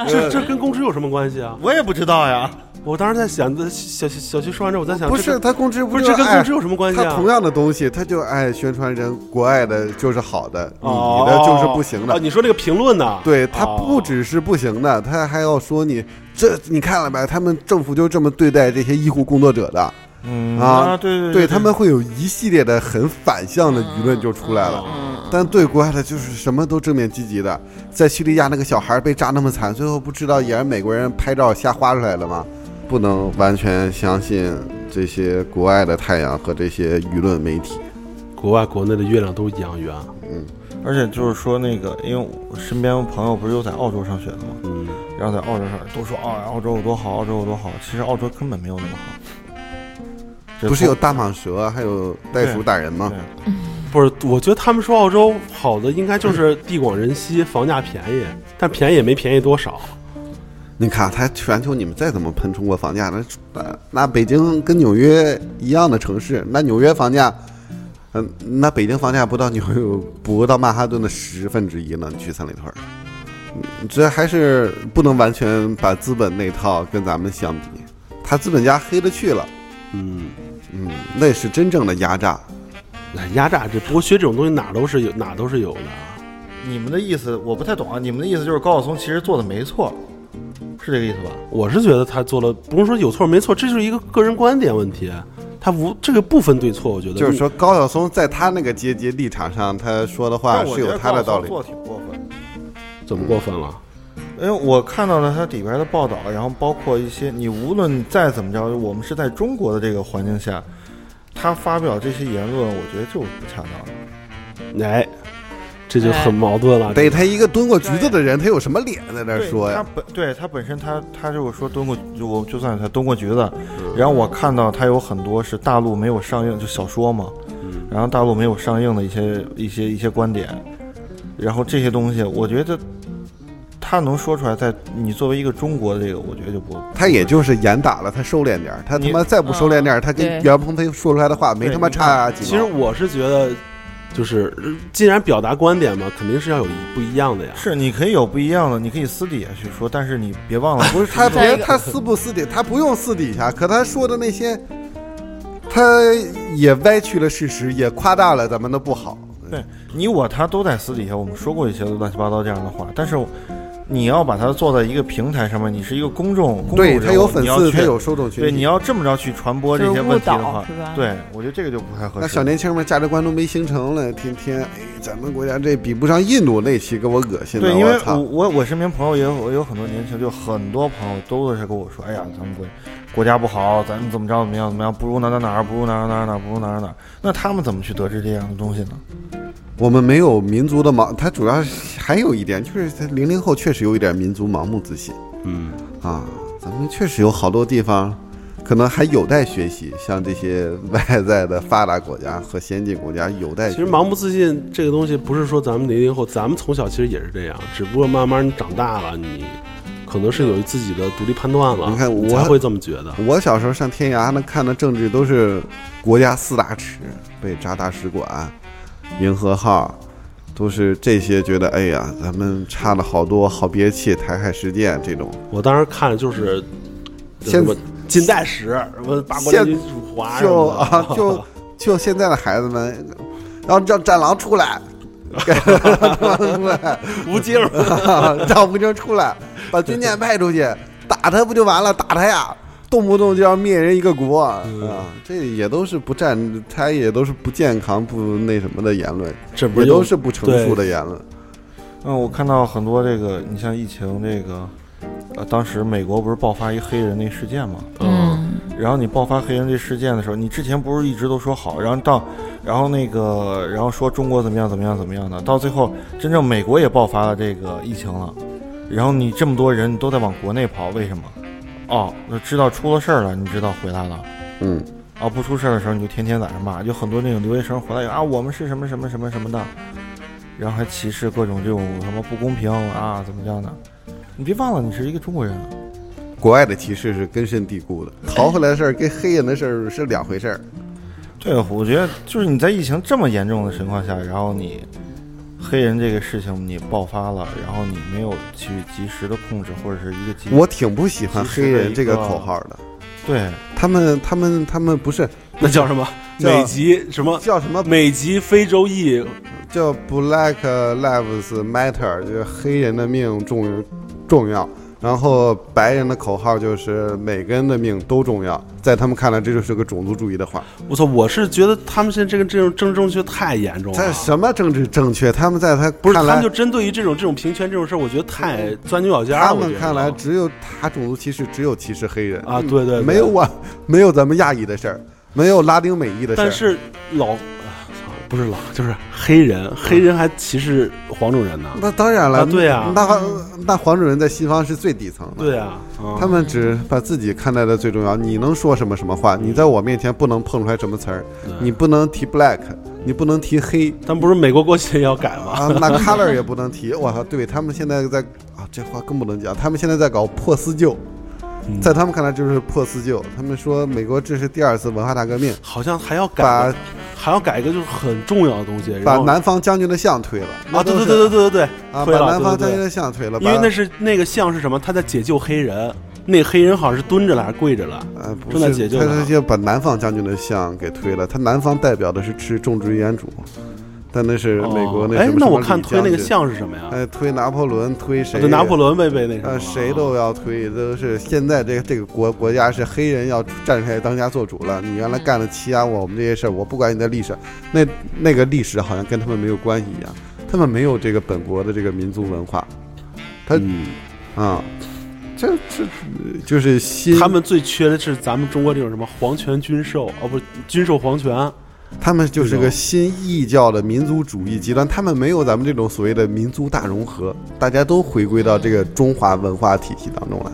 Speaker 2: 这
Speaker 1: 呃
Speaker 2: 这跟公知有什么关系啊？
Speaker 5: 我也不知道呀。
Speaker 2: 我当时在想，小小小区说完之后，我在想，
Speaker 1: 不
Speaker 2: 这
Speaker 1: 是
Speaker 2: 跟
Speaker 1: 他公知
Speaker 2: 不是
Speaker 1: 就
Speaker 2: 这跟
Speaker 1: 哎
Speaker 2: 公知有什么关系
Speaker 1: 他
Speaker 2: 啊
Speaker 1: 同？样的东西，他就爱宣传人国外的就是好的，
Speaker 2: 哦
Speaker 1: 你的就是不行
Speaker 2: 啊
Speaker 1: 的。
Speaker 2: 你说这个评论呢？
Speaker 1: 对他不
Speaker 2: 哦
Speaker 1: 只是不行的，他还要说你这你看了吧，他们政府就这么对待这些医护工作者的，
Speaker 5: 嗯
Speaker 1: 啊
Speaker 5: 对对
Speaker 1: 对他们会有一系列的很反向的舆论就出来
Speaker 5: 嗯
Speaker 1: 了。但对国外的就是什么都正面积极的，在叙利亚那个小孩被炸那么惨，最后不知道也是美国人拍照瞎花出来的吗？不能完全相信这些国外的太阳和这些舆论媒体。
Speaker 2: 国外国内的月亮都一样圆。
Speaker 5: 而且就是说那个，因为我身边朋友不是都在澳洲上学的嘛，
Speaker 2: 嗯，
Speaker 5: 然后在澳洲上都说啊，澳洲有多好，澳洲有多好，其实澳洲根本没有那么好。这
Speaker 1: 不是有
Speaker 5: 后
Speaker 1: 大蟒蛇啊还有袋鼠打人吗
Speaker 5: 对？
Speaker 2: 不是，我觉得他们说澳洲好的应该就是地广人稀，房价便宜，但便宜也没便宜多少。
Speaker 1: 你看，他全球你们再怎么喷中国房价，那那那北京跟纽约一样的城市，那纽约房价，嗯、那北京房价不到纽约不到曼哈顿的十分之一呢。你去三里屯儿，嗯这还是不能完全把资本那套跟咱们相比，他资本家黑了去了，
Speaker 2: 嗯，
Speaker 1: 嗯，那是真正的压榨。
Speaker 2: 哎压榨这剥削这种东西哪儿都是有，哪儿都是有的。
Speaker 5: 你们的意思我不太懂啊，你们的意思就是高晓松其实做的没错，是这个意思吧？
Speaker 2: 我是觉得他做了，不是说有错没错，这就是一个个人观点问题，他无这个不分对错，我觉得
Speaker 1: 就是说，高晓松在他那个阶级立场上，他说的话
Speaker 5: 但我
Speaker 1: 是
Speaker 5: 觉
Speaker 1: 有
Speaker 5: 得
Speaker 1: 他的道
Speaker 5: 高
Speaker 1: 理。
Speaker 5: 晓松做的挺过分。
Speaker 2: 你嗯怎么过分了？
Speaker 5: 因为我看到了它里边的报道，然后包括一些你无论再怎么着，我们是在中国的这个环境下，他发表这些言论，我觉得就是不恰当的。
Speaker 2: 哎，这就很矛盾了。
Speaker 1: 逮他一个蹲过橘子的人，他有什么脸在那儿
Speaker 5: 对
Speaker 1: 说呀
Speaker 5: 他？本对他本身他他就是说蹲过，就我就算他蹲过橘子，
Speaker 1: 嗯
Speaker 5: 然后我看到他有很多是大陆没有上映，就小说嘛，
Speaker 1: 嗯
Speaker 5: 然后大陆没有上映的一些一些一些观点，然后这些东西，我觉得他能说出来，在你作为一个中国的这个，我觉得就不
Speaker 1: 他也就是严打了，他收敛点儿，他他
Speaker 5: 你嗯
Speaker 1: 妈再不收敛点儿，他跟
Speaker 6: 对
Speaker 1: 袁鹏飞说出来的话没
Speaker 5: 对
Speaker 1: 他妈
Speaker 5: 你
Speaker 1: 差啊几
Speaker 2: 其实
Speaker 1: 毛。
Speaker 2: 我是觉得，就是呃既然表达观点嘛，肯定是要有一不一样的呀。
Speaker 5: 是，你可以有不一样的，你可以私底下去说，但是你别忘了，
Speaker 1: 不是啊他
Speaker 6: 再
Speaker 1: 别
Speaker 6: 一个
Speaker 1: 他私不私底，他不用私底下，可他说的那些，他也歪曲了事实，也夸大了咱们的不好。
Speaker 5: 对你我他都在私底下，我们说过一些乱七八糟这样的话，但是我你要把它做在一个平台上面，你是一个公众，公众
Speaker 1: 对
Speaker 5: 人
Speaker 1: 他
Speaker 5: 物
Speaker 1: 有粉
Speaker 5: 你要
Speaker 1: 丝，
Speaker 5: 去
Speaker 1: 他有受众群
Speaker 5: 对，
Speaker 1: 体。
Speaker 5: 你要这么着去传播这
Speaker 6: 就是
Speaker 5: 些
Speaker 6: 误
Speaker 5: 问题的
Speaker 6: 导
Speaker 5: 话
Speaker 6: 是吧，
Speaker 5: 对我觉得这个就不太合适。
Speaker 1: 那小年轻们价值观都没形成了，天天哎，咱们国家这比不上印度那期，给我恶心了。
Speaker 5: 对，因为
Speaker 1: 我操
Speaker 5: 我我我身边朋友也有我有很多年轻，就很多朋友都是跟我说，哎呀，咱们国国家不好，咱们怎么着怎么样怎么样，不如哪哪哪儿，不如哪儿哪儿哪儿，不如哪儿哪儿。那他们怎么去得知这样的东西呢？
Speaker 1: 我们没有民族的盲，它主要是还有一点就是，它零零后确实有一点民族盲目自信。
Speaker 2: 嗯，
Speaker 1: 啊，咱们确实有好多地方可能还有待学习，像这些外在的发达国家和先进国家有待
Speaker 2: 其
Speaker 1: 学习。
Speaker 2: 实盲目自信这个东西，不是说咱们零零后，咱们从小其实也是这样，只不过慢慢你长大了，你可能是有自己的独立判断了，
Speaker 1: 你看我
Speaker 2: 才会这么觉得。
Speaker 1: 我小时候上天涯那看的政治都是国家四大耻，被炸大使馆、银河号，都是这些觉得哎呀，咱们差了好多，好憋气，台海事件这种。
Speaker 2: 我当时看的就是，就
Speaker 1: 现
Speaker 2: 什么近代史，什么八国联军辱华什
Speaker 1: 就
Speaker 2: 么的
Speaker 1: 啊，就就现在的孩子们，然后让战狼出来，
Speaker 2: 吴京，
Speaker 1: 让吴京出来，把军舰派出去，打他不就完了？打他呀！动不动就要灭人一个国啊！这也都是不站，他也都是不健康、不那什么的言论，
Speaker 2: 这不
Speaker 1: 也
Speaker 2: 是
Speaker 1: 都是不成熟的言论。
Speaker 5: 嗯，我看到很多这个，你像疫情这个，呃，当时美国不是爆发一黑人那事件嘛？
Speaker 2: 嗯，
Speaker 5: 然后你爆发黑人这事件的时候，你之前不是一直都说好，然后到，然后那个，然后说中国怎么样怎么样怎么样的，到最后真正美国也爆发了这个疫情了，然后你这么多人都在往国内跑，为什么？哦，那知道出了事儿了，你知道回来了。
Speaker 1: 嗯，
Speaker 5: 啊，不出事儿的时候你就天天在那骂，有很多那种留学生回来以后啊，我们是什么什么什么什么的，然后还歧视各种这种什么不公平啊，怎么样的？你别忘了，你是一个中国人啊。
Speaker 1: 国外的歧视是根深蒂固的，逃回来的事儿跟黑人的事儿是两回事儿。
Speaker 5: 对，我觉得就是你在疫情这么严重的情况下，然后你黑人这个事情你爆发了，然后你没有去及时的控制，或者是一个及
Speaker 1: 我挺不喜欢黑人这个口号的，
Speaker 5: 对
Speaker 1: 他们、他们、他们不是
Speaker 2: 那叫什么？
Speaker 1: 叫
Speaker 2: 美籍什么？
Speaker 1: 叫什么
Speaker 2: 美籍非洲裔
Speaker 1: 叫 Black Lives Matter，就是黑人的命重于重要。然后白人的口号就是每个人的命都重要，在他们看来这就是个种族主义的话。
Speaker 2: 我操！我是觉得他们现在这个这种政治正确太严重了。
Speaker 1: 在什么政治正确？他们在他
Speaker 2: 不是，他
Speaker 1: 看来
Speaker 2: 们就针对于这种这种平权这种事儿，我觉得太钻牛角尖儿了。
Speaker 1: 他
Speaker 2: 我
Speaker 1: 们
Speaker 2: 觉得
Speaker 1: 看来只有他种族歧视，只有歧视黑人
Speaker 2: 啊，对对对
Speaker 1: 没有我，没有咱们亚裔的事儿，没有拉丁美裔的事儿。
Speaker 2: 但是老，啊操不是老，就是黑人，黑人还歧视黄种人呢。
Speaker 1: 那当然了，
Speaker 2: 啊对啊
Speaker 1: 那那黄种人在西方是最底层的，
Speaker 2: 对啊，嗯
Speaker 1: 他们只把自己看待的最重要。你能说什么什么话？你在我面前不能碰出来什么词儿，
Speaker 2: 嗯
Speaker 1: 你不能提 black，你不能提黑。
Speaker 2: 但不是美国国旗也要改吗？
Speaker 1: 啊，那 color 也不能提。我操，对他们现在在啊，这话更不能讲。他们现在在搞破四旧，
Speaker 2: 嗯
Speaker 1: 在他们看来就是破四旧。他们说美国这是第二次文化大革命，
Speaker 2: 好像还要改
Speaker 1: 把，
Speaker 2: 还要改一个就是很重要的东西，然
Speaker 1: 把
Speaker 2: 后
Speaker 1: 南方将军的像推了
Speaker 2: 啊，
Speaker 1: 那
Speaker 2: 对
Speaker 1: 都是
Speaker 2: 对对对对对对，
Speaker 1: 啊，
Speaker 2: 推
Speaker 1: 把
Speaker 2: 了，
Speaker 1: 南方将
Speaker 2: 对对
Speaker 1: 军
Speaker 2: 对，
Speaker 1: 的像推了，
Speaker 2: 因为
Speaker 1: 把
Speaker 2: 那是那个像是什么？他在解救黑人，那黑人好像是蹲着了还是跪着了？
Speaker 1: 呃，不
Speaker 2: 正在
Speaker 1: 是，
Speaker 2: 解救
Speaker 1: 他
Speaker 2: 呢
Speaker 1: 他就把南方将军的像给推了。他南方代表的是吃种植园主，但那是美国
Speaker 2: 哦
Speaker 1: 那
Speaker 2: 哎
Speaker 1: 什么，
Speaker 2: 那
Speaker 1: 什
Speaker 2: 我
Speaker 1: 么
Speaker 2: 看
Speaker 1: 李
Speaker 2: 推那个
Speaker 1: 将军，
Speaker 2: 像是什么呀？哦
Speaker 1: 哎，推拿破仑，推谁？
Speaker 2: 对，拿破。仑被被那什么啊
Speaker 1: 呃，
Speaker 2: 了，
Speaker 1: 谁都要推，都是现在这个这个国国家是黑人要站出来当家做主了。你原来干了欺压我我们这些事儿，我不管你的历史，那那个历史好像跟他们没有关系一样，他们没有这个本国的这个民族文化他
Speaker 2: 嗯。
Speaker 1: 啊、这这就是新
Speaker 2: 他们最缺的是咱们中国这种什么皇权军授哦，不是军授皇权，
Speaker 1: 他们就是
Speaker 2: 这
Speaker 1: 个
Speaker 2: 种
Speaker 1: 新异教的民族主义极端，他们没有咱们这种所谓的民族大融合，大家都回归到这个中华文化体系当中来。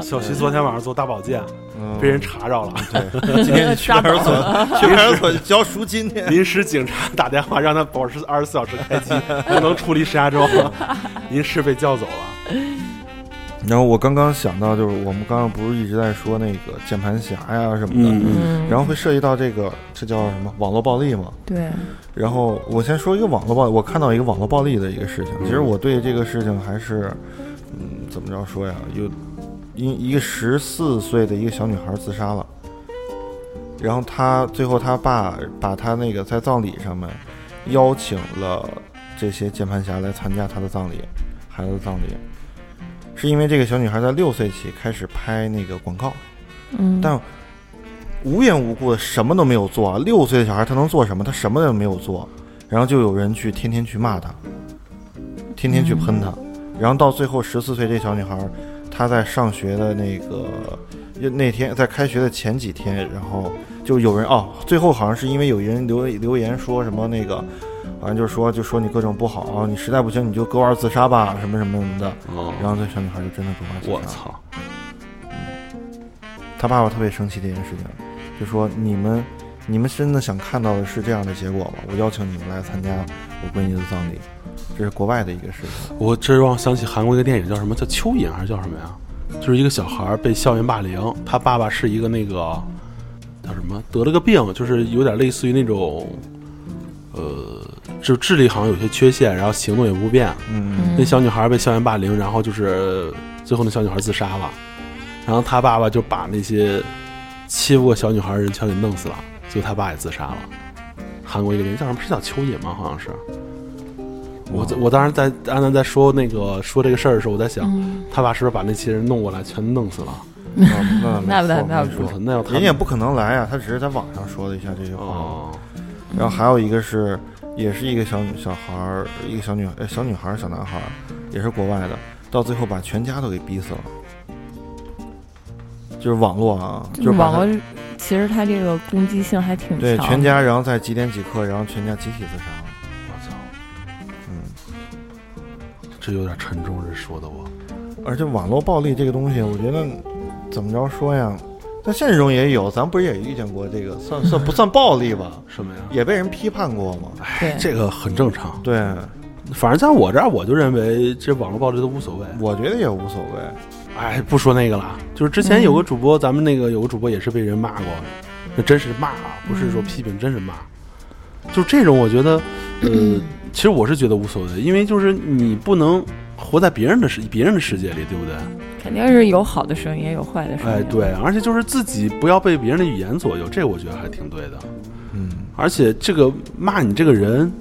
Speaker 2: 小西昨天晚上做大保健，
Speaker 5: 嗯
Speaker 2: 被人查着了，
Speaker 5: 今天你去派出所，嗯 去派出所交赎金去。
Speaker 2: 临时警察打电话让他保持二十四小时开机，不能处理石家庄， 临时被叫走了。
Speaker 5: 然后我刚刚想到，就是我们刚刚不是一直在说那个键盘侠呀什么的，
Speaker 6: 嗯，
Speaker 5: 然后会涉及到这个，这叫什么网络暴力嘛？
Speaker 6: 对，
Speaker 5: 然后我先说一个网络暴力，我看到一个网络暴力的一个事情。其实我对这个事情还是，嗯，怎么着说呀？有一一个十四岁的一个小女孩自杀了，然后她最后她爸把她那个在葬礼上面邀请了这些键盘侠来参加她的葬礼，孩子的葬礼，是因为这个小女孩在六岁起开始拍那个广告，
Speaker 6: 嗯，
Speaker 5: 但无缘无故的什么都没有做，啊六岁的小孩他能做什么？他什么都没有做，然后就有人去天天去骂他，天天去喷他，然后到最后十四岁这小女孩，她在上学的那个那天在开学的前几天，然后就有人哦，最后好像是因为有人留留言说什么那个。反正就是说，就说你各种不好，你实在不行你就割腕自杀吧，什么什么什么的。然后这小女孩就真的割腕自杀。
Speaker 2: 哦我操！
Speaker 5: 他爸爸特别生气这件事情，就说你们你们真的想看到的是这样的结果吗？我邀请你们来参加我闺女的葬礼，这是国外的一个事 情。
Speaker 2: 我这让我想起韩国一个电影叫什么？叫蚯蚓还是叫什么呀？就是一个小孩儿被校园霸凌，他爸爸是一个那个叫什么得了个病，就是有点类似于那种，呃，就智力好像有些缺陷，然后行动也不便。
Speaker 5: 嗯，
Speaker 2: 那小女孩被校园霸凌，然后就是最后那小女孩自杀了，然后他爸爸就把那些欺负过小女孩的人全给弄死了，最后他爸也自杀了。韩国一个人叫什么？是叫蚯蚓吗？好像是。我在我当时在安南在说那个说这个事儿的时候，我在想，他爸是不是把那些人弄过来全弄死了？
Speaker 5: 那
Speaker 6: 那不
Speaker 5: 没
Speaker 6: 那
Speaker 5: 错
Speaker 6: 那
Speaker 5: 没
Speaker 6: 不
Speaker 5: 错
Speaker 2: 我操，那要他
Speaker 5: 人也不可能来啊，他只是在网上说了一下这些话。
Speaker 2: 哦，
Speaker 5: 然后还有一个是，也是一个小女小孩儿，一个小女呃小女孩儿小男孩儿，也是国外的，到最后把全家都给逼死了。就是网络啊，就是把
Speaker 6: 网
Speaker 5: 他
Speaker 6: 络其实它这个攻击性还挺强，
Speaker 5: 对全，家，然后在几点几刻，然后全家集体自杀了。
Speaker 2: 我操，
Speaker 5: 嗯，
Speaker 2: 这有点沉重，这说的我。
Speaker 5: 而且网络暴力这个东西，我觉得怎么着说呀，在现实中也有，咱不是也遇见过这个，算算不算暴力吧？
Speaker 2: 什么呀？
Speaker 5: 也被人批判过嘛？
Speaker 6: 对，
Speaker 2: 这个很正常。
Speaker 5: 对，
Speaker 2: 反正在我这儿，我就认为这网络暴力都无所谓。
Speaker 5: 我觉得也无所谓。
Speaker 2: 哎，不说那个了，就是之前有个主播，咱们那个有个主播也是被人骂过，那真是骂啊，不是说批评，真是骂。就这种，我觉得，呃， 其实我是觉得无所谓，因为就是你不能活在别人的世别人的世界里，对不对？
Speaker 6: 肯定是有好的声音，也有坏的声音，
Speaker 2: 哎，对，，而且就是自己不要被别人的语言左右，这我觉得还挺对的。
Speaker 5: 嗯，
Speaker 2: 而且这个骂你这个人，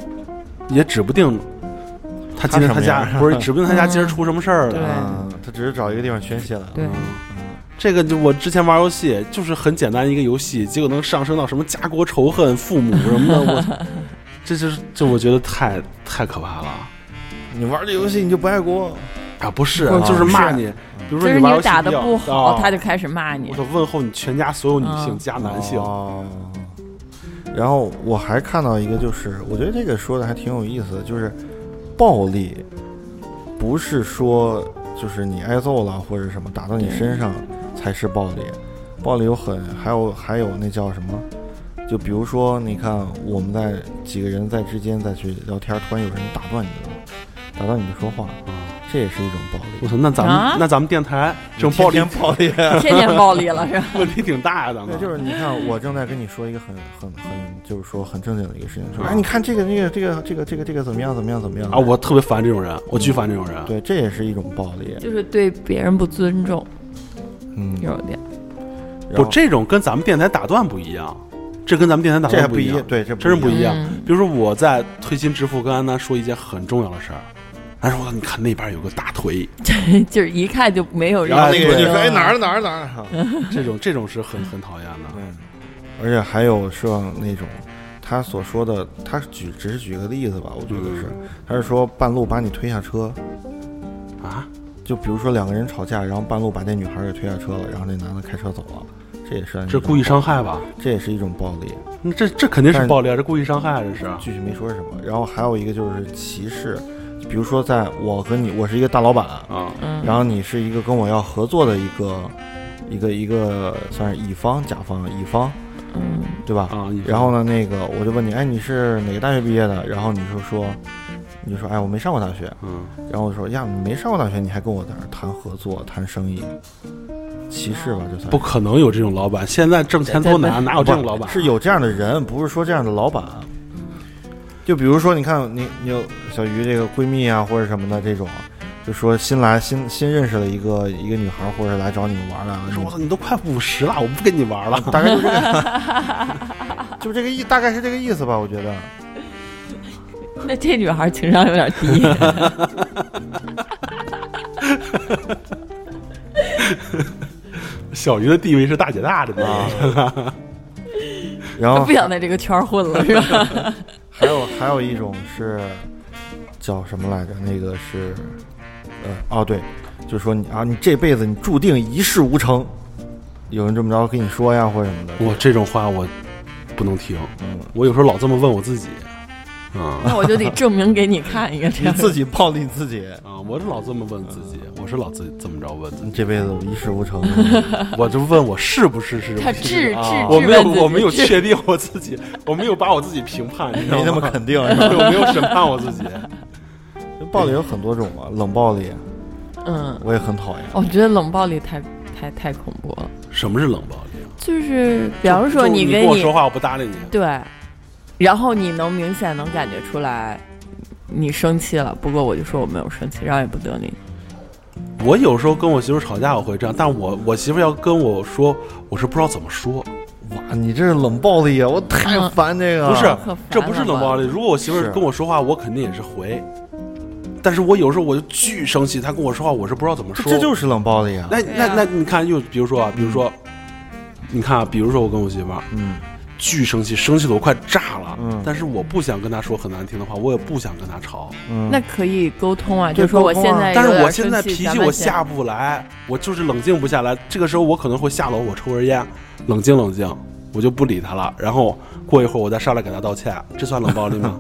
Speaker 2: 也指不定他今天他
Speaker 5: 他什么
Speaker 2: 家
Speaker 5: 样
Speaker 2: 不是，指不定他家 今儿出什么事儿
Speaker 6: 对
Speaker 2: 了。
Speaker 5: 啊，他只是找一个地方宣泄了。嗯
Speaker 6: 对，
Speaker 2: 这个就我之前玩游戏，就是很简单一个游戏，结果能上升到什么家国仇恨、父母什么的，我操这就是这我觉得太太可怕了
Speaker 5: 你玩这游戏你就不爱国，
Speaker 2: 啊！不是，
Speaker 6: 不
Speaker 2: 就是
Speaker 6: 不是
Speaker 2: 骂你，比如
Speaker 6: 就
Speaker 2: 说
Speaker 6: 是
Speaker 2: 玩游
Speaker 6: 你
Speaker 2: 戏
Speaker 6: 打的
Speaker 2: 掉
Speaker 6: 不好，
Speaker 2: 啊
Speaker 6: 他就开始骂你
Speaker 2: 我。得问候你全家所有女性
Speaker 6: 嗯
Speaker 2: 加男性，
Speaker 5: 哦然后我还看到一个，就是我觉得这个说的还挺有意思的，就是暴力不是说就是你挨揍了或者什么打到你身上才是暴力，暴力有很还有还有那叫什么？就比如说，你看我们在几个人在之间再去聊天，突然有人打断你的，打断你的说话，这也是一种暴
Speaker 2: 哦我
Speaker 5: 力。
Speaker 2: 操，那咱们、
Speaker 6: 啊
Speaker 2: 那咱们电台这种暴力
Speaker 5: 天天暴力，啊
Speaker 6: 天天暴力了是吧？
Speaker 2: 问题挺大呀，咱
Speaker 5: 对，
Speaker 2: 们
Speaker 5: 就是你看，我正在跟你说一个很很很，就是说很正经的一个事情，说哎，你看这个这个这个这个这个这个怎么样怎么样怎么样
Speaker 2: 啊，我特别烦这种人，我巨烦这种人。
Speaker 5: 对，这也是一种暴力，
Speaker 6: 就是对别人不尊重，
Speaker 5: 嗯，
Speaker 6: 有点。
Speaker 5: 然
Speaker 2: 不
Speaker 5: 后，
Speaker 2: 这种跟咱们电台打断不一样，这跟咱们电台打
Speaker 5: 这还
Speaker 2: 断
Speaker 5: 不
Speaker 2: 一
Speaker 5: 一
Speaker 2: 样
Speaker 5: 样，，对，这
Speaker 2: 真是不
Speaker 5: 一
Speaker 2: 一样。
Speaker 6: 嗯
Speaker 2: 比如说我在推心置腹跟安娜说一件很重要的事儿，安娜说：“你看那边有个大 腿。
Speaker 6: 就是一看就没有人。
Speaker 5: 然后嗯那个人就说
Speaker 6: 对
Speaker 5: 哎哪儿哪儿哪儿哪儿，”
Speaker 2: 这种这种是很很讨厌的。
Speaker 5: 嗯，而且还有像那种。他所说的，他举只是举个例子吧，我觉得是，他是说半路把你推下车，
Speaker 2: 啊，
Speaker 5: 就比如说两个人吵架，然后半路把那女孩给推下车了，然后那男的开车走了，这也是
Speaker 2: 这故意伤，害吧？
Speaker 5: 这也是一种暴力。
Speaker 2: 那这这肯定是暴力，啊，这故意伤害啊，这是。
Speaker 5: 具体没说是什么。然后还有一个就是歧视，比如说在我和你，我是一个大老板，
Speaker 2: 啊，
Speaker 6: 嗯，
Speaker 5: 然后你是一个跟我要合作的一个一个一个算是乙方、甲方、乙方，
Speaker 6: 嗯
Speaker 5: 对吧？
Speaker 2: 啊乙方
Speaker 5: 然后呢，那个我就问你，哎，你是哪个大学毕业的？然后你就说，你就说，哎，我没上过大学。
Speaker 2: 嗯，
Speaker 5: 然后我说，呀，你没上过大学，你还跟我在这儿谈合作、谈生意，歧视吧，这算是
Speaker 2: 不可能有这种老板，现在挣钱多 难，哪有哦这种老板？啊
Speaker 5: 是有这样的人，不是说这样的老板。就比如说，你看你你有小鱼这个闺蜜啊，或者什么的这种，就说新来新新认识了一个一个女孩，或者来找你玩啊来了，
Speaker 2: 说我操，
Speaker 5: 你
Speaker 2: 你都快五十了，我不跟你玩了。
Speaker 5: 大概就这个，就这个意，大概是这个意思吧。我觉得，
Speaker 6: 那这女孩情商有点低。
Speaker 2: 小鱼的地位是大姐大的啊，
Speaker 5: 然
Speaker 6: 他
Speaker 2: 哦
Speaker 5: 后
Speaker 6: 不想在这个圈儿混了，是吧？
Speaker 5: 还有还有一种是叫什么来着？那个是，呃，哦对，就说你啊，你这辈子你注定一事无成，有人这么着跟你说呀，或者什么的。
Speaker 2: 我这种话我不能听，
Speaker 5: 嗯，
Speaker 2: 我有时候老这么问我自己，啊、
Speaker 6: 那我就得证明给你看 一个这
Speaker 5: 你
Speaker 6: 样的。
Speaker 5: 自己暴力自己，
Speaker 2: 啊，我是老这么问自己，我是老自这么着问自
Speaker 5: 你
Speaker 2: 己，
Speaker 5: 这辈子我一事无 成。
Speaker 2: 我就问我是不是是，
Speaker 6: 他
Speaker 2: 是
Speaker 6: 质
Speaker 2: 啊
Speaker 6: 质
Speaker 2: 我
Speaker 6: 质
Speaker 2: 没有
Speaker 6: 问自己
Speaker 2: 我没有
Speaker 6: 质
Speaker 2: 确定我自己，我没有把我自己评判，你知道
Speaker 5: 没那么
Speaker 2: 吗
Speaker 5: 肯定，
Speaker 2: 对我没有审判我自己，
Speaker 5: 暴力有很多种啊，冷暴力
Speaker 6: 嗯，
Speaker 5: 我也很讨厌。
Speaker 6: 我觉得冷暴力太太太恐怖了。
Speaker 2: 什么是冷暴力？
Speaker 6: 就是比
Speaker 2: 嗯
Speaker 6: 方
Speaker 2: 就
Speaker 6: 说
Speaker 2: 你
Speaker 6: 跟
Speaker 2: 我说话，我不搭理你，
Speaker 6: 对，然后你能明显能感觉出来你生气了，不过我就说我没有生气，然后也不得理你。
Speaker 2: 我有时候跟我媳妇吵架我会这样，但我我媳妇要跟我说，我是不知道怎么说，
Speaker 5: 哇，你这是冷暴力啊！我太
Speaker 6: 嗯
Speaker 5: 烦这个。
Speaker 2: 不是
Speaker 6: 可烦，
Speaker 2: 啊这不是
Speaker 6: 了
Speaker 2: 冷暴
Speaker 6: 吧
Speaker 2: 力。如果我媳妇儿
Speaker 5: 是
Speaker 2: 跟我说话，我肯定也是回。但是我有时候我就巨生气，她跟我说话，我是不知道怎么
Speaker 5: 这，
Speaker 2: 说。
Speaker 5: 这就是冷暴力啊！
Speaker 2: 那
Speaker 6: 对
Speaker 2: 那
Speaker 6: 啊嗯
Speaker 2: 那，你看，就比如说啊，比如说，你看啊，比如说我跟我媳妇儿
Speaker 5: 嗯，
Speaker 2: 巨生气，生气的我快炸了。
Speaker 5: 嗯
Speaker 2: 但是我不想跟她说很难听的话，我也不想跟她吵。
Speaker 5: 嗯
Speaker 6: 那可以沟通啊，
Speaker 5: 对
Speaker 6: 就说我现在有点
Speaker 2: 但是我
Speaker 6: 生
Speaker 2: 现在
Speaker 6: 气
Speaker 2: 脾
Speaker 6: 咱
Speaker 2: 气
Speaker 6: 们
Speaker 2: 我
Speaker 6: 先
Speaker 2: 下不来，我就是冷静不下来。这个时候我可能会下楼，我抽根烟，冷静冷静，我就不理她了。然后过一会儿我再上来给她道歉，这算冷暴力吗？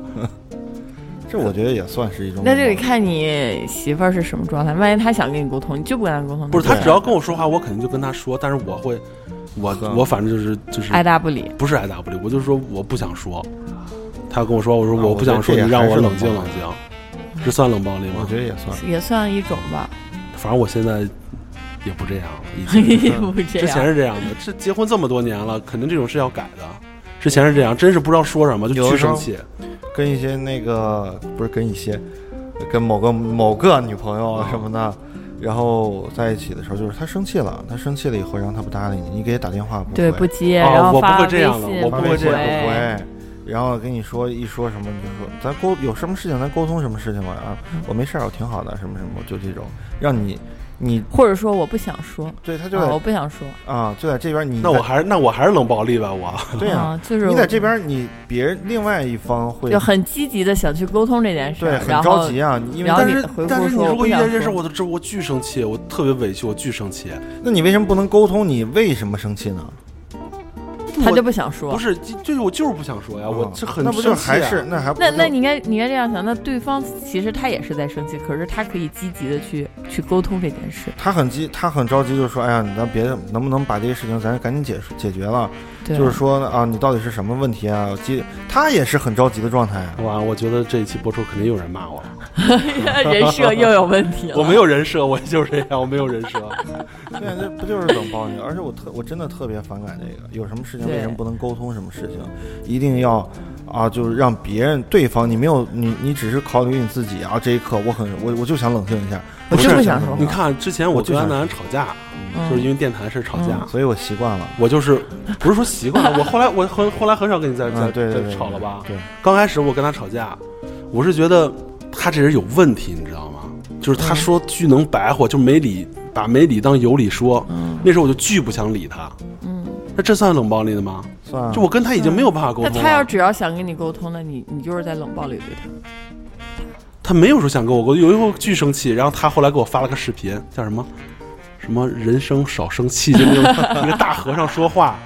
Speaker 5: 这我觉得也算是一种冷暴
Speaker 6: 那
Speaker 5: 力。
Speaker 6: 就得看你媳妇儿是什么状态，万一她想跟你沟通，你就不跟她沟通，
Speaker 2: 不是
Speaker 6: 那
Speaker 2: 他
Speaker 6: 就
Speaker 2: 只要跟我说话，我肯定就跟他说，但是我会，我
Speaker 5: 呵
Speaker 2: 我反正就是就是
Speaker 6: 爱答不理。
Speaker 2: 不是爱答不理，我就说我不想说。他跟我说，我说
Speaker 5: 啊
Speaker 2: 我不想说，
Speaker 5: 我觉
Speaker 2: 你
Speaker 5: 得这也
Speaker 2: 让我
Speaker 5: 还是
Speaker 2: 冷静
Speaker 5: 冷
Speaker 2: 冷
Speaker 5: 暴力啊
Speaker 2: 静，这算冷暴力
Speaker 5: 我
Speaker 2: 吗？
Speaker 5: 觉得也算。
Speaker 6: 也算一种 吧，
Speaker 2: 反正我现在也不这样了，已 经
Speaker 6: 不这
Speaker 2: 之前
Speaker 6: 样。
Speaker 2: 是这样的，这结婚这么多年了，肯定这种是要改的。之前是这样，真是不知道说什么，就
Speaker 5: 有
Speaker 2: 巨
Speaker 5: 的时
Speaker 2: 生
Speaker 5: 候
Speaker 2: 气。
Speaker 5: 跟一些那个不是跟一些，跟某个某个女朋友啊什么的，然后在一起的时候，就是她生气了，她生气了以后，然后她不搭理你，你给她打电话不
Speaker 6: 对，
Speaker 5: 回
Speaker 6: 不接，
Speaker 2: 哦
Speaker 6: 然
Speaker 2: 我
Speaker 6: 后
Speaker 2: 不
Speaker 6: 发
Speaker 2: 会
Speaker 6: 微
Speaker 2: 这样了
Speaker 6: 信，
Speaker 2: 我
Speaker 5: 发
Speaker 2: 不
Speaker 5: 微
Speaker 2: 会
Speaker 5: 信
Speaker 2: 这
Speaker 5: 不
Speaker 2: 样
Speaker 6: 回
Speaker 5: 回，然后跟你说一说什么，你就说咱沟有什么事情咱沟通什么事情吧啊，
Speaker 6: 嗯
Speaker 5: 我没事儿，我挺好的，什么什么，就这种让你你
Speaker 6: 或者说我不想说，
Speaker 5: 对他就
Speaker 6: 啊，我
Speaker 5: 在
Speaker 6: 不想说，
Speaker 5: 啊就在这边你
Speaker 2: 那我还是那我还是冷暴力吧，我
Speaker 5: 对呀，
Speaker 6: 啊，就是
Speaker 5: 你在这
Speaker 6: 我
Speaker 5: 边你别人另外一方会
Speaker 6: 就很积极的想去沟通这件事，
Speaker 5: 对
Speaker 6: 儿，
Speaker 5: 很
Speaker 6: 然后
Speaker 5: 着急啊，你因为
Speaker 6: 然后
Speaker 2: 但
Speaker 5: 但
Speaker 6: 你
Speaker 2: 是
Speaker 6: 回复
Speaker 2: 但是你
Speaker 6: 说我
Speaker 2: 如
Speaker 6: 不
Speaker 2: 果遇
Speaker 6: 想
Speaker 2: 见这事，
Speaker 6: 说
Speaker 2: 我都这我巨生气，我特别委屈，我巨生气。
Speaker 5: 那你为什么不能沟通？你为什么生气呢？
Speaker 6: 他
Speaker 2: 我
Speaker 6: 就不想说。
Speaker 2: 不是，就就是我就是不想说呀，我
Speaker 5: 啊
Speaker 2: 这很
Speaker 5: 那不就
Speaker 2: 生气啊
Speaker 5: 还是那还不
Speaker 6: 那
Speaker 5: 就
Speaker 6: 那你应该你应该这样想，那对方其实他也是在生气，可是他可以积极的去去沟通这件事，
Speaker 5: 他很急，他很着急，就说：“哎呀，咱别能不能把这个事情咱赶紧解释解决了？
Speaker 6: 对，
Speaker 5: 就是说啊，你到底是什么问题啊？急，他也是很着急的状态啊。
Speaker 2: 哇，我觉得这一期播出肯定有人骂我，
Speaker 6: 人设又有问题 了。
Speaker 2: 我没有人设，我就是这样，我没有人设。
Speaker 5: 对，这不就是冷暴力？而且我特我真的特别反感这个，有什么事情
Speaker 6: 对
Speaker 5: 为什么不能沟通？什么事情一定要啊，就是让别人对方你没有你你只是考虑你自己啊。这一刻我很我我就想冷静一下，
Speaker 6: 我
Speaker 5: 就
Speaker 6: 就不想说
Speaker 2: 你看之前我
Speaker 5: 我就
Speaker 2: 跟安
Speaker 5: 想
Speaker 2: 南吵架，
Speaker 6: 嗯
Speaker 2: 就是因为电台是吵架，
Speaker 5: 所以我习惯了。
Speaker 2: 我就是不是说习惯了，我后来我很后来很少跟你再
Speaker 5: 啊，
Speaker 2: 再
Speaker 5: 对对
Speaker 2: 再
Speaker 5: 对，
Speaker 2: 吵了吧？
Speaker 5: 对，
Speaker 2: 刚开始我跟他吵架，我是觉得他这人有问题，你知道吗？就是他说巨能白话，就没理把没理当有理说。那时候我就巨不想理他。
Speaker 6: 嗯，
Speaker 2: 那这算冷暴力的吗？
Speaker 5: 算了
Speaker 2: 就我跟嗯他已经没有办法沟
Speaker 6: 那
Speaker 2: 通了。啊
Speaker 6: 他要只要想跟你沟通，那你你就是在冷暴力对他。
Speaker 2: 他没有说想跟我沟通，有一回我巨生气，然后他后来给我发了个视频，叫什么什么人生少生气，就那种一个大和尚说话。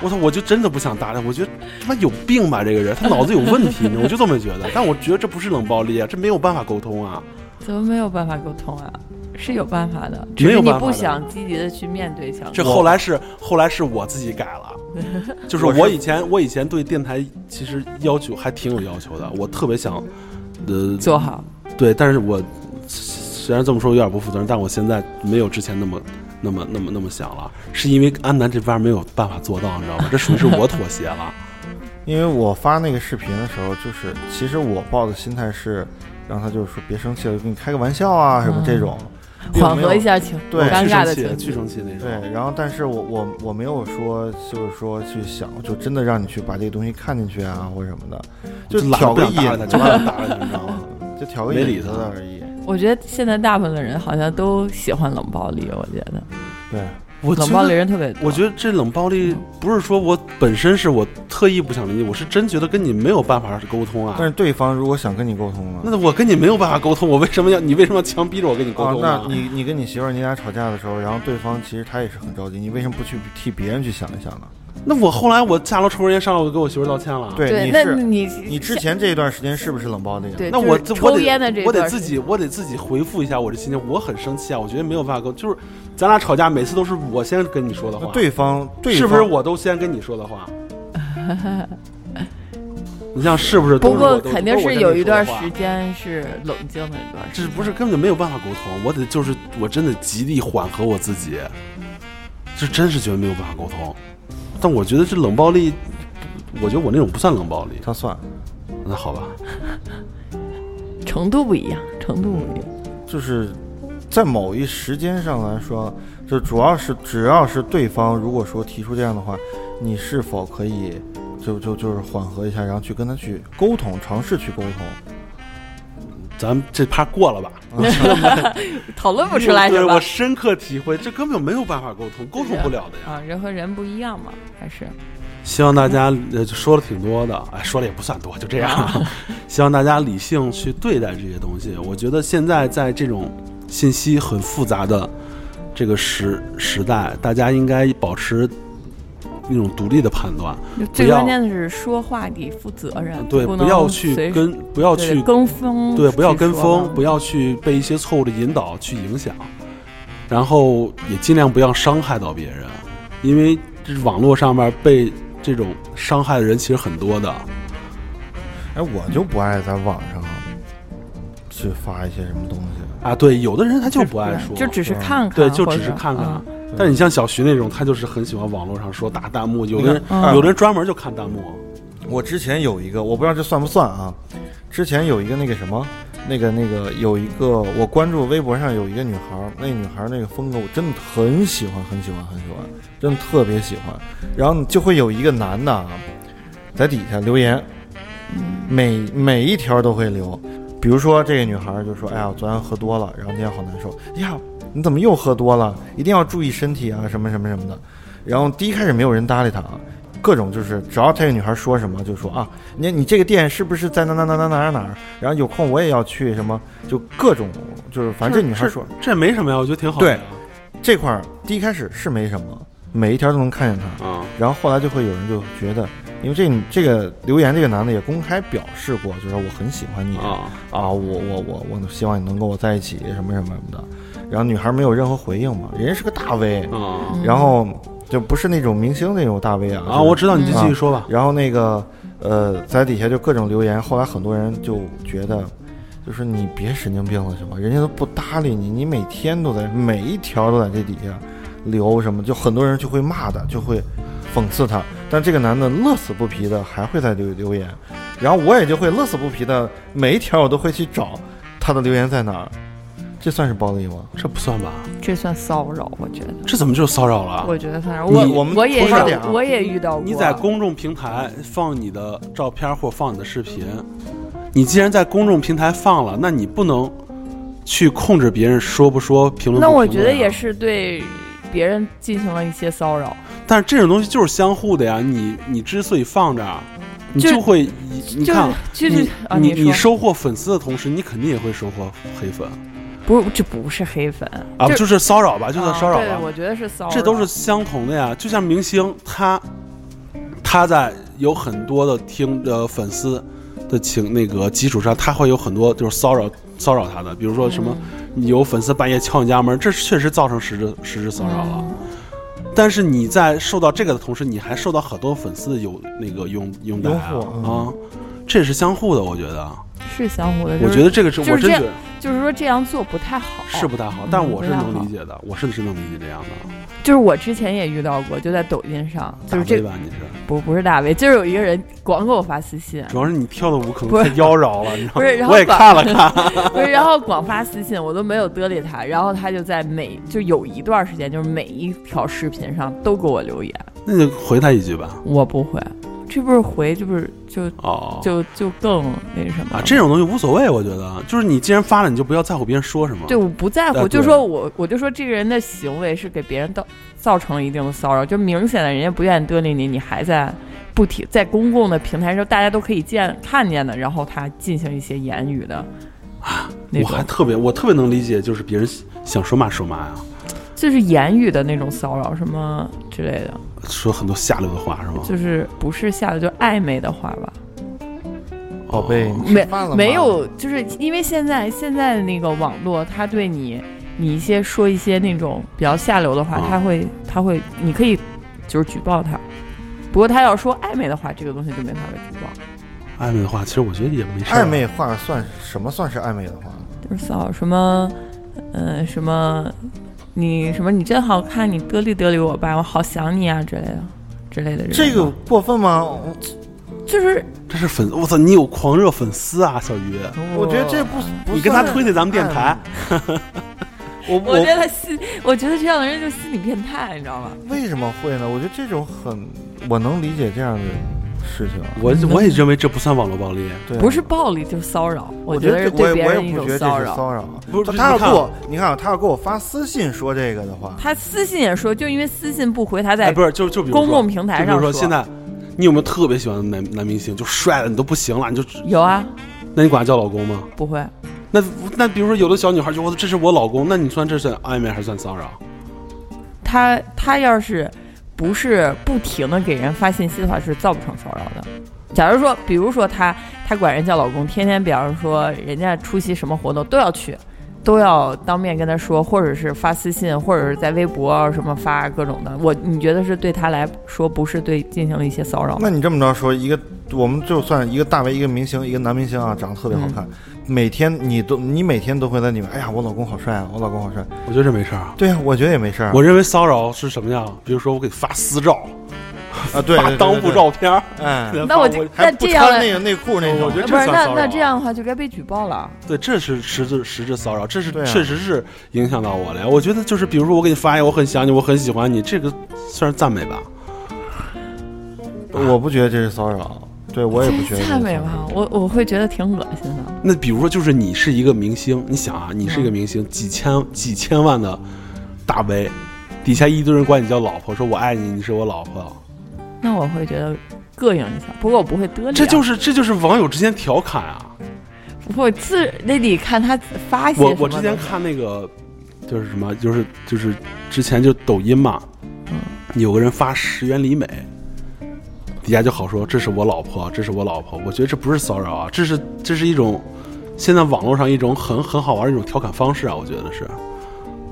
Speaker 2: 我操！我就真的不想搭理他，我觉得他妈有病吧，这个人他脑子有问题，你知道吗我就这么觉得。但我觉得这不是冷暴力啊，这没有办法沟通啊。
Speaker 6: 怎么没有办法沟通啊？是有办法的，只
Speaker 2: 没有
Speaker 6: 是你
Speaker 2: 办法
Speaker 6: 不
Speaker 2: 的
Speaker 6: 想积极的去面对，想
Speaker 2: 这后来是后来是我自己改了，就是我以前我以前对电台其实要求还挺有要求的，我特别想，呃，
Speaker 6: 做好。
Speaker 2: 对，但是我虽然这么说有点不负责任，但我现在没有之前那么那么那么那么想了，是因为安南这边没有办法做到，你知道吗？这属于是我妥协了。
Speaker 5: 因为我发那个视频的时候，就是其实我抱的心态是，让他就是说别生气了，给你开个玩笑啊什么这种，并
Speaker 6: 缓
Speaker 5: 没有
Speaker 6: 和一。下情绪，
Speaker 5: 对
Speaker 2: 我
Speaker 6: 尴
Speaker 2: 巨生
Speaker 6: 尬的
Speaker 2: 气，
Speaker 6: 情
Speaker 2: 巨
Speaker 6: 绪。
Speaker 2: 生气那种。
Speaker 5: 对，然后但是我我我没有说就是说去想，就真的让你去把这个东西看进去啊或者什么的，就
Speaker 2: 懒
Speaker 5: 挑
Speaker 2: 得不
Speaker 5: 个
Speaker 2: 想搭理
Speaker 5: 引
Speaker 2: 他，
Speaker 5: 子
Speaker 2: 就，懒得搭理他，你知道吗？
Speaker 5: 就挑个
Speaker 2: 没理
Speaker 5: 引子
Speaker 2: 他
Speaker 5: 而已。
Speaker 6: 我觉得现在大部分的人好像都喜欢冷暴力，我觉得
Speaker 5: 对，
Speaker 2: 我
Speaker 6: 冷
Speaker 2: 觉
Speaker 6: 暴
Speaker 2: 得
Speaker 6: 力人特别多。
Speaker 2: 我觉得这冷暴力
Speaker 5: 嗯
Speaker 2: 不是说我本身是我特意不想理你，我是真觉得跟你没有办法沟通啊
Speaker 5: 但。是对方如果想跟你沟通了，
Speaker 2: 那我跟你没有办法沟通，我为什么要你为什么要强逼着我跟你沟
Speaker 5: 啊
Speaker 2: 通，呢？
Speaker 5: 那你你跟你媳妇儿你俩吵架的时候，然后对方其实他也是很着急，你为什么不去替别人去想一想呢？
Speaker 2: 那我后来我下楼抽根烟上来，我就给我媳妇儿道歉了。
Speaker 6: 对，
Speaker 5: 你
Speaker 6: 那
Speaker 5: 是
Speaker 6: 你
Speaker 5: 你之前这一段时间是不是冷暴力？
Speaker 6: 对，
Speaker 2: 那
Speaker 6: 就是
Speaker 2: 我自我
Speaker 6: 抽
Speaker 2: 得
Speaker 6: 烟的这一
Speaker 2: 我
Speaker 6: 段
Speaker 2: 得
Speaker 6: 儿
Speaker 2: 自
Speaker 6: 时
Speaker 2: 己我得自己回复一下我这心情，我很生气啊！我觉得没有办法沟，就是咱俩吵架，每次都是我先跟你说的话
Speaker 5: 那，对方对
Speaker 2: 是不是
Speaker 5: 方
Speaker 2: 我都先跟你说的话？你像是不是都
Speaker 6: 不
Speaker 2: 是我都？
Speaker 6: 过肯定
Speaker 2: 都我
Speaker 6: 是
Speaker 2: 先
Speaker 6: 有
Speaker 2: 跟你
Speaker 6: 一
Speaker 2: 说的
Speaker 6: 段
Speaker 2: 话
Speaker 6: 时间是冷静的一段时
Speaker 2: 这
Speaker 6: 间，
Speaker 2: 不是根本就没有办法沟通，我得就是我真的极力缓和我自己，这真是觉得没有办法沟通。但我觉得这冷暴力，我觉得我那种不算冷暴力。
Speaker 5: 他算，
Speaker 2: 那好吧，
Speaker 6: 程度不一样，程度不一样。
Speaker 5: 就是在某一时间上来说，就主要是只要是对方如果说提出这样的话，你是否可以就就就是缓和一下，然后去跟他去沟通，尝试去沟通。
Speaker 2: 咱们这趴过了吧。
Speaker 6: 讨论不出来
Speaker 2: 对
Speaker 6: 是
Speaker 2: 我
Speaker 6: 吧？
Speaker 2: 深刻体会，这根本没有办法沟通，沟通不了的呀。
Speaker 6: 啊，人和人不一样嘛，还是
Speaker 2: 希望大家呃就说了挺多的，哎，说了也不算多，就这 样。希望大家理性去对待这些东西。我觉得现在在这种信息很复杂的这个时时代，大家应该保持那种独立的判断，
Speaker 6: 最
Speaker 2: 不要
Speaker 6: 关键的是说话得负责任，
Speaker 2: 对，
Speaker 6: 不
Speaker 2: 不
Speaker 6: 能
Speaker 2: 要去
Speaker 6: 随时
Speaker 2: 跟不要
Speaker 6: 对
Speaker 2: 去
Speaker 6: 跟风，
Speaker 2: 对，不要跟风，
Speaker 5: 嗯
Speaker 2: 不
Speaker 6: 要
Speaker 2: 要去被一些错误的引导去影响，然后也尽量不要伤害到别人，因为这网络上面被这种伤害的人其实很多的。
Speaker 5: 哎，我就不爱在网上去发一些什么东西。
Speaker 2: 啊，对，有的人他就不爱说，嗯
Speaker 6: 就只是看看，
Speaker 2: 对，就
Speaker 6: 或
Speaker 2: 只
Speaker 6: 者
Speaker 2: 是看啊看
Speaker 6: 嗯。
Speaker 2: 但你像小徐那种，他就是很喜欢网络上说打弹幕，有的人
Speaker 6: 嗯
Speaker 2: 有的人专门就看弹幕。
Speaker 5: 我之前有一个，我不知道这算不算啊？之前有一个那个什么，那个那个有一个，我关注微博上有一个女孩儿，那女孩儿那个风格我真的很喜欢，很喜欢，很喜欢，真的特别喜欢。然后就会有一个男的啊，在底下留言，每每一条都会留。比如说这个女孩就说：“哎呀，我昨天喝多了，然后今天好难受。哎呀，你怎么又喝多了？一定要注意身体啊，什么什么什么的。”然后第一开始没有人搭理她啊，各种就是只要这个女孩说什么，就说啊，你你这个店是不是在哪哪哪哪哪哪哪儿？然后有空我也要去什么，就各种就是反正这女孩说
Speaker 2: 这没什么呀，我觉得挺好的呀。
Speaker 5: 这块儿第一开始是没什么，每一条都能看见她。
Speaker 2: 啊，
Speaker 5: 然后后来就会有人就觉得，因为这这个留言这个男的也公开表示过，就是我很喜欢你
Speaker 2: 啊
Speaker 5: 啊我我我我希望你能跟我在一起什么什么什么的。然后女孩没有任何回应嘛，人家是个大 V，
Speaker 2: 啊
Speaker 5: 然后就不是那种明星那种大 V 啊。
Speaker 2: 啊！我知道，你就
Speaker 6: 嗯
Speaker 2: 继续
Speaker 5: 啊
Speaker 2: 说吧。
Speaker 5: 然后那个呃，在底下就各种留言，后来很多人就觉得，就是你别神经病了，是吧？人家都不搭理你，你每天都在每一条都在这底下留什么，就很多人就会骂他，就会讽刺他。但这个男的乐此不疲的还会在留留言，然后我也就会乐此不疲的每一条我都会去找他的留言在哪儿，这算是暴力吗？
Speaker 2: 这不算吧？
Speaker 6: 这算骚扰，我觉得。
Speaker 2: 这怎么就骚扰了？
Speaker 6: 我觉得反正
Speaker 5: 啊你
Speaker 6: 我
Speaker 5: 我们
Speaker 6: 也
Speaker 5: 出发点啊
Speaker 6: 有我也遇到过。
Speaker 2: 你在公众平台放你的照片或放你的视频，你既然在公众平台放了，那你不能去控制别人说不说、评论不评论、
Speaker 6: 那我
Speaker 5: 啊
Speaker 6: 觉得也。是对别人进行了一些骚扰，
Speaker 2: 但是这种东西就是相互的呀，你你之所以放着啊，你
Speaker 6: 就
Speaker 2: 就会你
Speaker 6: 就
Speaker 2: 看
Speaker 6: 是。就是啊，
Speaker 2: 你你
Speaker 6: 说
Speaker 2: 收获粉丝的同时，你肯定也会收获黑粉
Speaker 6: 不是这不是黑粉
Speaker 2: 啊，
Speaker 6: 这
Speaker 2: 就是骚扰吧，就算
Speaker 6: 啊
Speaker 2: 骚扰
Speaker 6: 对，
Speaker 2: 吧，
Speaker 6: 我觉得是骚扰，
Speaker 2: 这都是相同的呀。就像明星，他他在有很多的听呃粉丝的情那个基础上，他会有很多就是骚扰骚扰他的，比如
Speaker 6: 嗯
Speaker 2: 说什么、你有粉丝半夜敲你家门，这确实造成实质实质骚扰了。
Speaker 6: 嗯
Speaker 2: 但是你在受到这个的同时，你还受到很多粉丝的有那个拥拥戴啊
Speaker 5: 拥护嗯
Speaker 2: 啊，这也是相互的，我觉得。
Speaker 6: 是相互的。
Speaker 2: 我
Speaker 6: 就是
Speaker 2: 觉得这个是
Speaker 6: 嗯就是
Speaker 2: 我真
Speaker 6: 这
Speaker 2: 觉
Speaker 6: 样
Speaker 2: 得
Speaker 6: 就是说这样做不太好，
Speaker 2: 是不太好，但我是
Speaker 6: 不太好
Speaker 2: 能理解的，我是是能理解这样的。
Speaker 6: 就是我之前也遇到过，就在抖音上，就是这
Speaker 2: 对吧？你是，
Speaker 6: 不不是大 V，就是有一个人光给我发私信，
Speaker 2: 主要是你跳的舞可
Speaker 6: 不
Speaker 2: 能
Speaker 6: 是
Speaker 2: 太妖娆了，你知道
Speaker 6: 不
Speaker 2: 吗
Speaker 6: 是然？后
Speaker 2: 我也
Speaker 6: 把
Speaker 2: 看了看，
Speaker 6: 不是，然后广发私信，我都没有搭理他，然后他就在每就有一段时间，就是每一条视频上都给我留言，
Speaker 2: 那就回他一句吧。
Speaker 6: 我不回，这不是回，这不是就
Speaker 2: 哦，
Speaker 6: 就就更那什么
Speaker 2: 啊
Speaker 6: 了，
Speaker 2: 这种东西无所谓，我觉得，就是你既然发了，你就不要在乎别人说什么。
Speaker 6: 对，我不在
Speaker 2: 啊对
Speaker 6: 乎，就说我我就说这个人的行为是给别人造造成了一定的骚扰，就明显的人家不愿意搭理你，你还在不停在公共的平台上，大家都可以见看见的，然后他进行一些言语的那
Speaker 2: 我还
Speaker 6: 种，
Speaker 2: 特别，我特别能理解，就是别人想说嘛说嘛呀，
Speaker 6: 就是言语的那种骚扰什么之类的，
Speaker 2: 说很多下流的话是
Speaker 5: 啊
Speaker 2: 吗？
Speaker 6: 就是不是下的就暧昧的话吧，
Speaker 5: 宝贝，
Speaker 2: 哦
Speaker 5: 你吃
Speaker 6: 没
Speaker 5: 饭了吗
Speaker 6: 没有，就是因为现在现在那个网络，他对你你一些说一些那种比较下流的话，
Speaker 2: 啊
Speaker 6: 他会他会，你可以就是举报他。不过他要说暧昧的话，这个东西就没法被举报，
Speaker 2: 暧昧的话，其实我觉得也没事儿。啊
Speaker 5: 暧昧话算什么？算是暧昧的话？
Speaker 6: 就是骚扰什么，呃，什么你什么你真好看，你得理得理我吧，我好想你啊之类的之类的种
Speaker 5: 这个
Speaker 6: 话
Speaker 5: 过分吗？
Speaker 6: 就是
Speaker 2: 这是粉，我操，你有狂热粉丝啊，小鱼，
Speaker 6: 嗯
Speaker 5: 我觉得这不不，哎
Speaker 2: 你跟他推推咱们电台，，
Speaker 5: 我
Speaker 6: 我觉
Speaker 5: 我
Speaker 6: 得他心，我觉得这样的人就心理变态，你知道吗？
Speaker 5: 为什么会呢？我觉得这种很，我能理解这样的事情啊。
Speaker 2: 我我也认为这不算网络暴力。
Speaker 5: 对，
Speaker 6: 不是，暴力就是骚扰，我
Speaker 5: 我
Speaker 6: 觉
Speaker 5: 觉
Speaker 6: 得
Speaker 5: 得
Speaker 6: 是
Speaker 5: 这我
Speaker 6: 对
Speaker 5: 也
Speaker 6: 别
Speaker 5: 我也
Speaker 6: 人一
Speaker 5: 不
Speaker 6: 种
Speaker 5: 觉得这
Speaker 6: 骚
Speaker 5: 是
Speaker 6: 扰。
Speaker 5: 骚扰。啊
Speaker 2: 不是
Speaker 5: 他要
Speaker 2: 你
Speaker 5: 给
Speaker 2: 看
Speaker 5: 我，你看啊，他要给我发私信说这个的话，
Speaker 6: 他私信也说，就因为私信不回，他在、
Speaker 2: 哎，不是，就就比如
Speaker 6: 公
Speaker 2: 说
Speaker 6: 共平台
Speaker 2: 就比
Speaker 6: 上
Speaker 2: 如说
Speaker 6: 说
Speaker 2: 现在，你有没有特别喜欢的男男明星？就帅的你都不行了，你就
Speaker 6: 有啊，
Speaker 2: 那你管他叫老公吗？
Speaker 6: 不会，
Speaker 2: 那那比如说有的小女孩就我这是我老公，那你算这算暧昧还是算骚扰？
Speaker 6: 他他要是不是不停的给人发信息的话，是造不成骚扰的。假如说，比如说他他管人叫老公，天天比方说人家出席什么活动都要去，都要当面跟他说，或者是发私信，或者是在微博啊什么发各种的，我你觉得是对他来说不是对进行了一些骚扰吗？
Speaker 5: 那你这么着说，一个我们就算一个大 V，一个明星，一个男明星啊，长得特别好看，
Speaker 6: 嗯
Speaker 5: 每天你都你每天都会在里面，哎呀，我老公好帅啊，我老公好帅。
Speaker 2: 我觉得这没事儿啊。
Speaker 5: 对啊，我觉得也没事儿啊。
Speaker 2: 我认为骚扰是什么呀？比如说我给发私照，
Speaker 5: 啊，对，
Speaker 2: 发
Speaker 5: 对
Speaker 2: 当铺，照片儿，
Speaker 5: 对对对哎，
Speaker 6: 那我就那
Speaker 5: 还不
Speaker 6: 这样
Speaker 5: 穿那
Speaker 6: 的
Speaker 5: 个内裤那种
Speaker 2: 我觉。得
Speaker 6: 不
Speaker 2: 这
Speaker 6: 是
Speaker 2: 算
Speaker 6: 那
Speaker 2: 骚扰。啊
Speaker 6: 那这样的话就该被举报了。
Speaker 2: 对，这是实质实质骚扰，这是、
Speaker 5: 对啊
Speaker 2: 确实是影响到我了呀。我觉得就是比如说我给你发一个我很想你，我很喜欢你，这个算是赞美吧？
Speaker 5: 我不觉得这是骚扰，啊对我也不觉得
Speaker 6: 这是
Speaker 5: 这
Speaker 6: 赞
Speaker 5: 个
Speaker 6: 美
Speaker 5: 方式
Speaker 6: 吧，我我会觉得挺恶心的。
Speaker 2: 那比如说，就是你是一个明星，你想啊，你是一个
Speaker 6: 嗯
Speaker 2: 明星，几千几千万的大 V，底下一堆人管你叫老婆，说我爱你，你是我老婆，
Speaker 6: 那我会觉得膈应一下，不过我不会得理啊。
Speaker 2: 这就是这就是网友之间调侃啊。
Speaker 6: 我自那得看他发 泄什么
Speaker 2: 我
Speaker 6: 的。
Speaker 2: 我之前看那个就是什么，就是就是之前就抖音嘛，
Speaker 6: 嗯
Speaker 2: 有个人发十元里美，底下就好说这是我老婆，这是我老婆。我觉得这不是骚扰啊，这是这是一种现在网络上一种很很好玩的一种调侃方式啊，我觉得是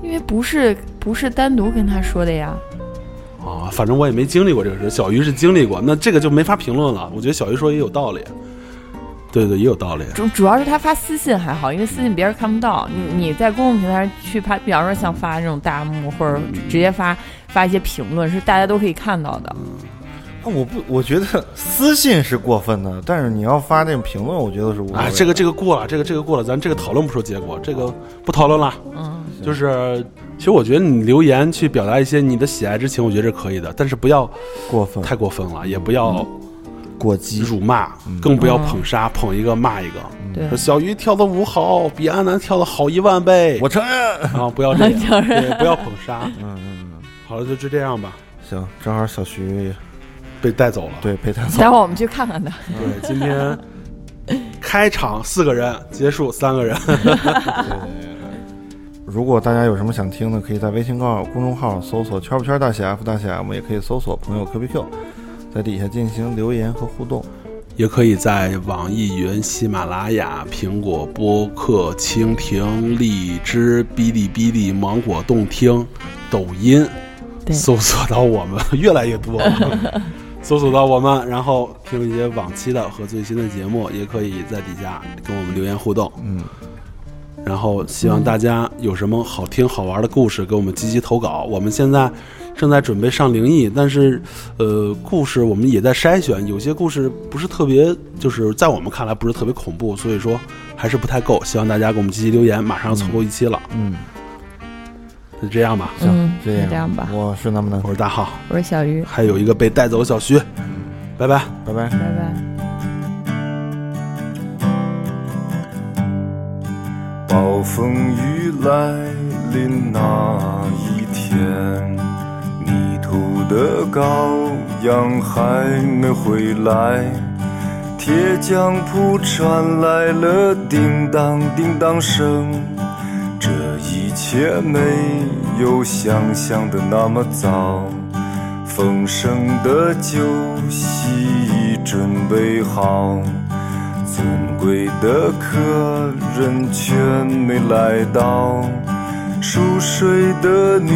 Speaker 6: 因为不是不是单独跟他说的呀，
Speaker 2: 啊，反正我也没经历过这个事，小鱼是经历过，那这个就没法评论了。我觉得小鱼说也有道理，对对，也有道理。
Speaker 6: 主主要是他发私信还好，因为私信别人看不到。你你在公众平台上去发，比方说像发那种弹幕或者直接发发一些评论，是大家都可以看到的。
Speaker 5: 那我不，我觉得私信是过分的，但是你要发那种评论，我觉得是无所谓的。
Speaker 2: 哎，这个这个过了，这个这个过了，咱这个讨论不出结果，这个不讨论了。
Speaker 6: 嗯，
Speaker 2: 就是，其实我觉得你留言去表达一些你的喜爱之情，我觉得是可以的，但是不要
Speaker 5: 过分
Speaker 2: 太过分了，也不要
Speaker 5: 嗯过激，
Speaker 2: 辱骂，
Speaker 5: 嗯
Speaker 2: 更不要捧杀，捧一个骂一个。
Speaker 6: 对
Speaker 2: 说。小鱼跳的舞好，比阿南跳的好一万倍。
Speaker 5: 我承认。
Speaker 2: 啊，不要这
Speaker 6: 承
Speaker 2: 样，对，不要捧杀。
Speaker 5: 嗯嗯嗯，
Speaker 2: 好了，就就这样吧，
Speaker 5: 行，正好小徐
Speaker 2: 被带走了。
Speaker 5: 对陪他走
Speaker 6: 待，会儿我们去看看他。
Speaker 2: 对，今天开场四个人，结束三个人。
Speaker 5: 如果大家有什么想听的，可以在微信公公众号搜索“圈不圈大写 F 大写 M”，也可以搜索“朋友 QBQ”，在底下进行留言和互动。
Speaker 2: 也可以在网易云、喜马拉雅、苹果播客、蜻蜓、荔枝、哔哩哔哩、芒果动听、抖音
Speaker 6: 对
Speaker 2: 搜索到我们， 越来越多了，搜索到我们，然后听一些往期的和最新的节目，也可以在底下跟我们留言互动。
Speaker 5: 嗯，
Speaker 2: 然后希望大家有什么好听好玩的故事，给我们积极投稿。我们现在正在准备上灵异，但是，呃，故事我们也在筛选，有些故事不是特别，就是在我们看来不是特别恐怖，所以说还是不太够。希望大家给我们积极留言，马上要凑够一期了，
Speaker 5: 嗯，
Speaker 2: 就这样吧。
Speaker 6: 嗯
Speaker 5: 行，这
Speaker 6: 就这样吧
Speaker 5: 我是南不南
Speaker 2: 我，是大浩，
Speaker 6: 我是小鱼，
Speaker 2: 还有一个被带走的小徐，拜拜。
Speaker 5: 拜拜。
Speaker 6: 拜拜。
Speaker 8: 暴风雨来临那一天，泥土的羔羊还没回来，铁匠铺传来了叮当叮当声，这一切没有想象的那么早。丰盛的酒席已准备好，尊贵的客人却没来到，熟睡的女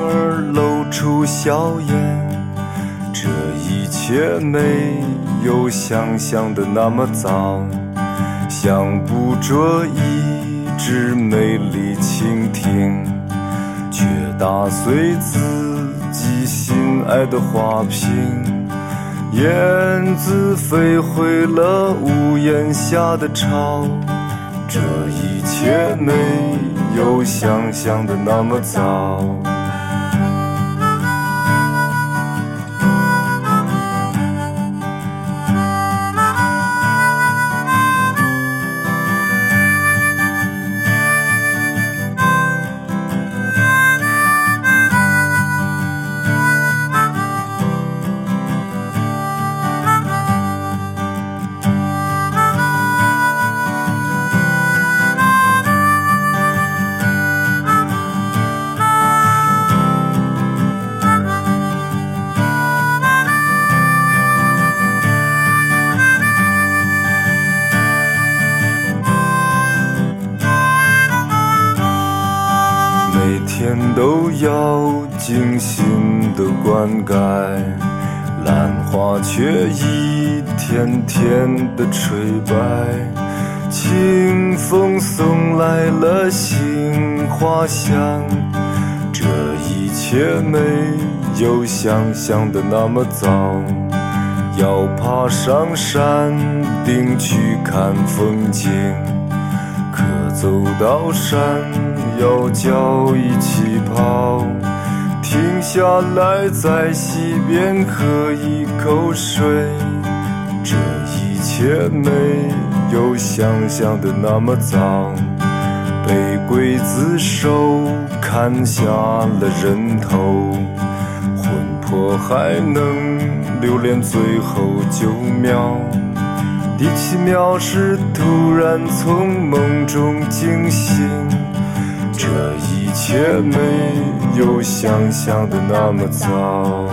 Speaker 8: 儿露出笑颜，这一切没有想象的那么早，想捕捉一只美丽蜻蜓，却打碎自己心爱的花瓶。燕子飞回了屋檐下的巢，这一切没有想象的那么早。每天都要精心的灌溉，兰花却一天天的垂败。清风送来了杏花香，这一切没有想象的那么早。要爬上山顶去看风景。可走到山腰脚一起跑，停下来在溪边喝一口水。这一切没有想象的那么糟。被刽子手砍下了人头，魂魄还能留恋最后九秒。第七秒是突然从梦中惊醒，这一切没有想象的那么糟。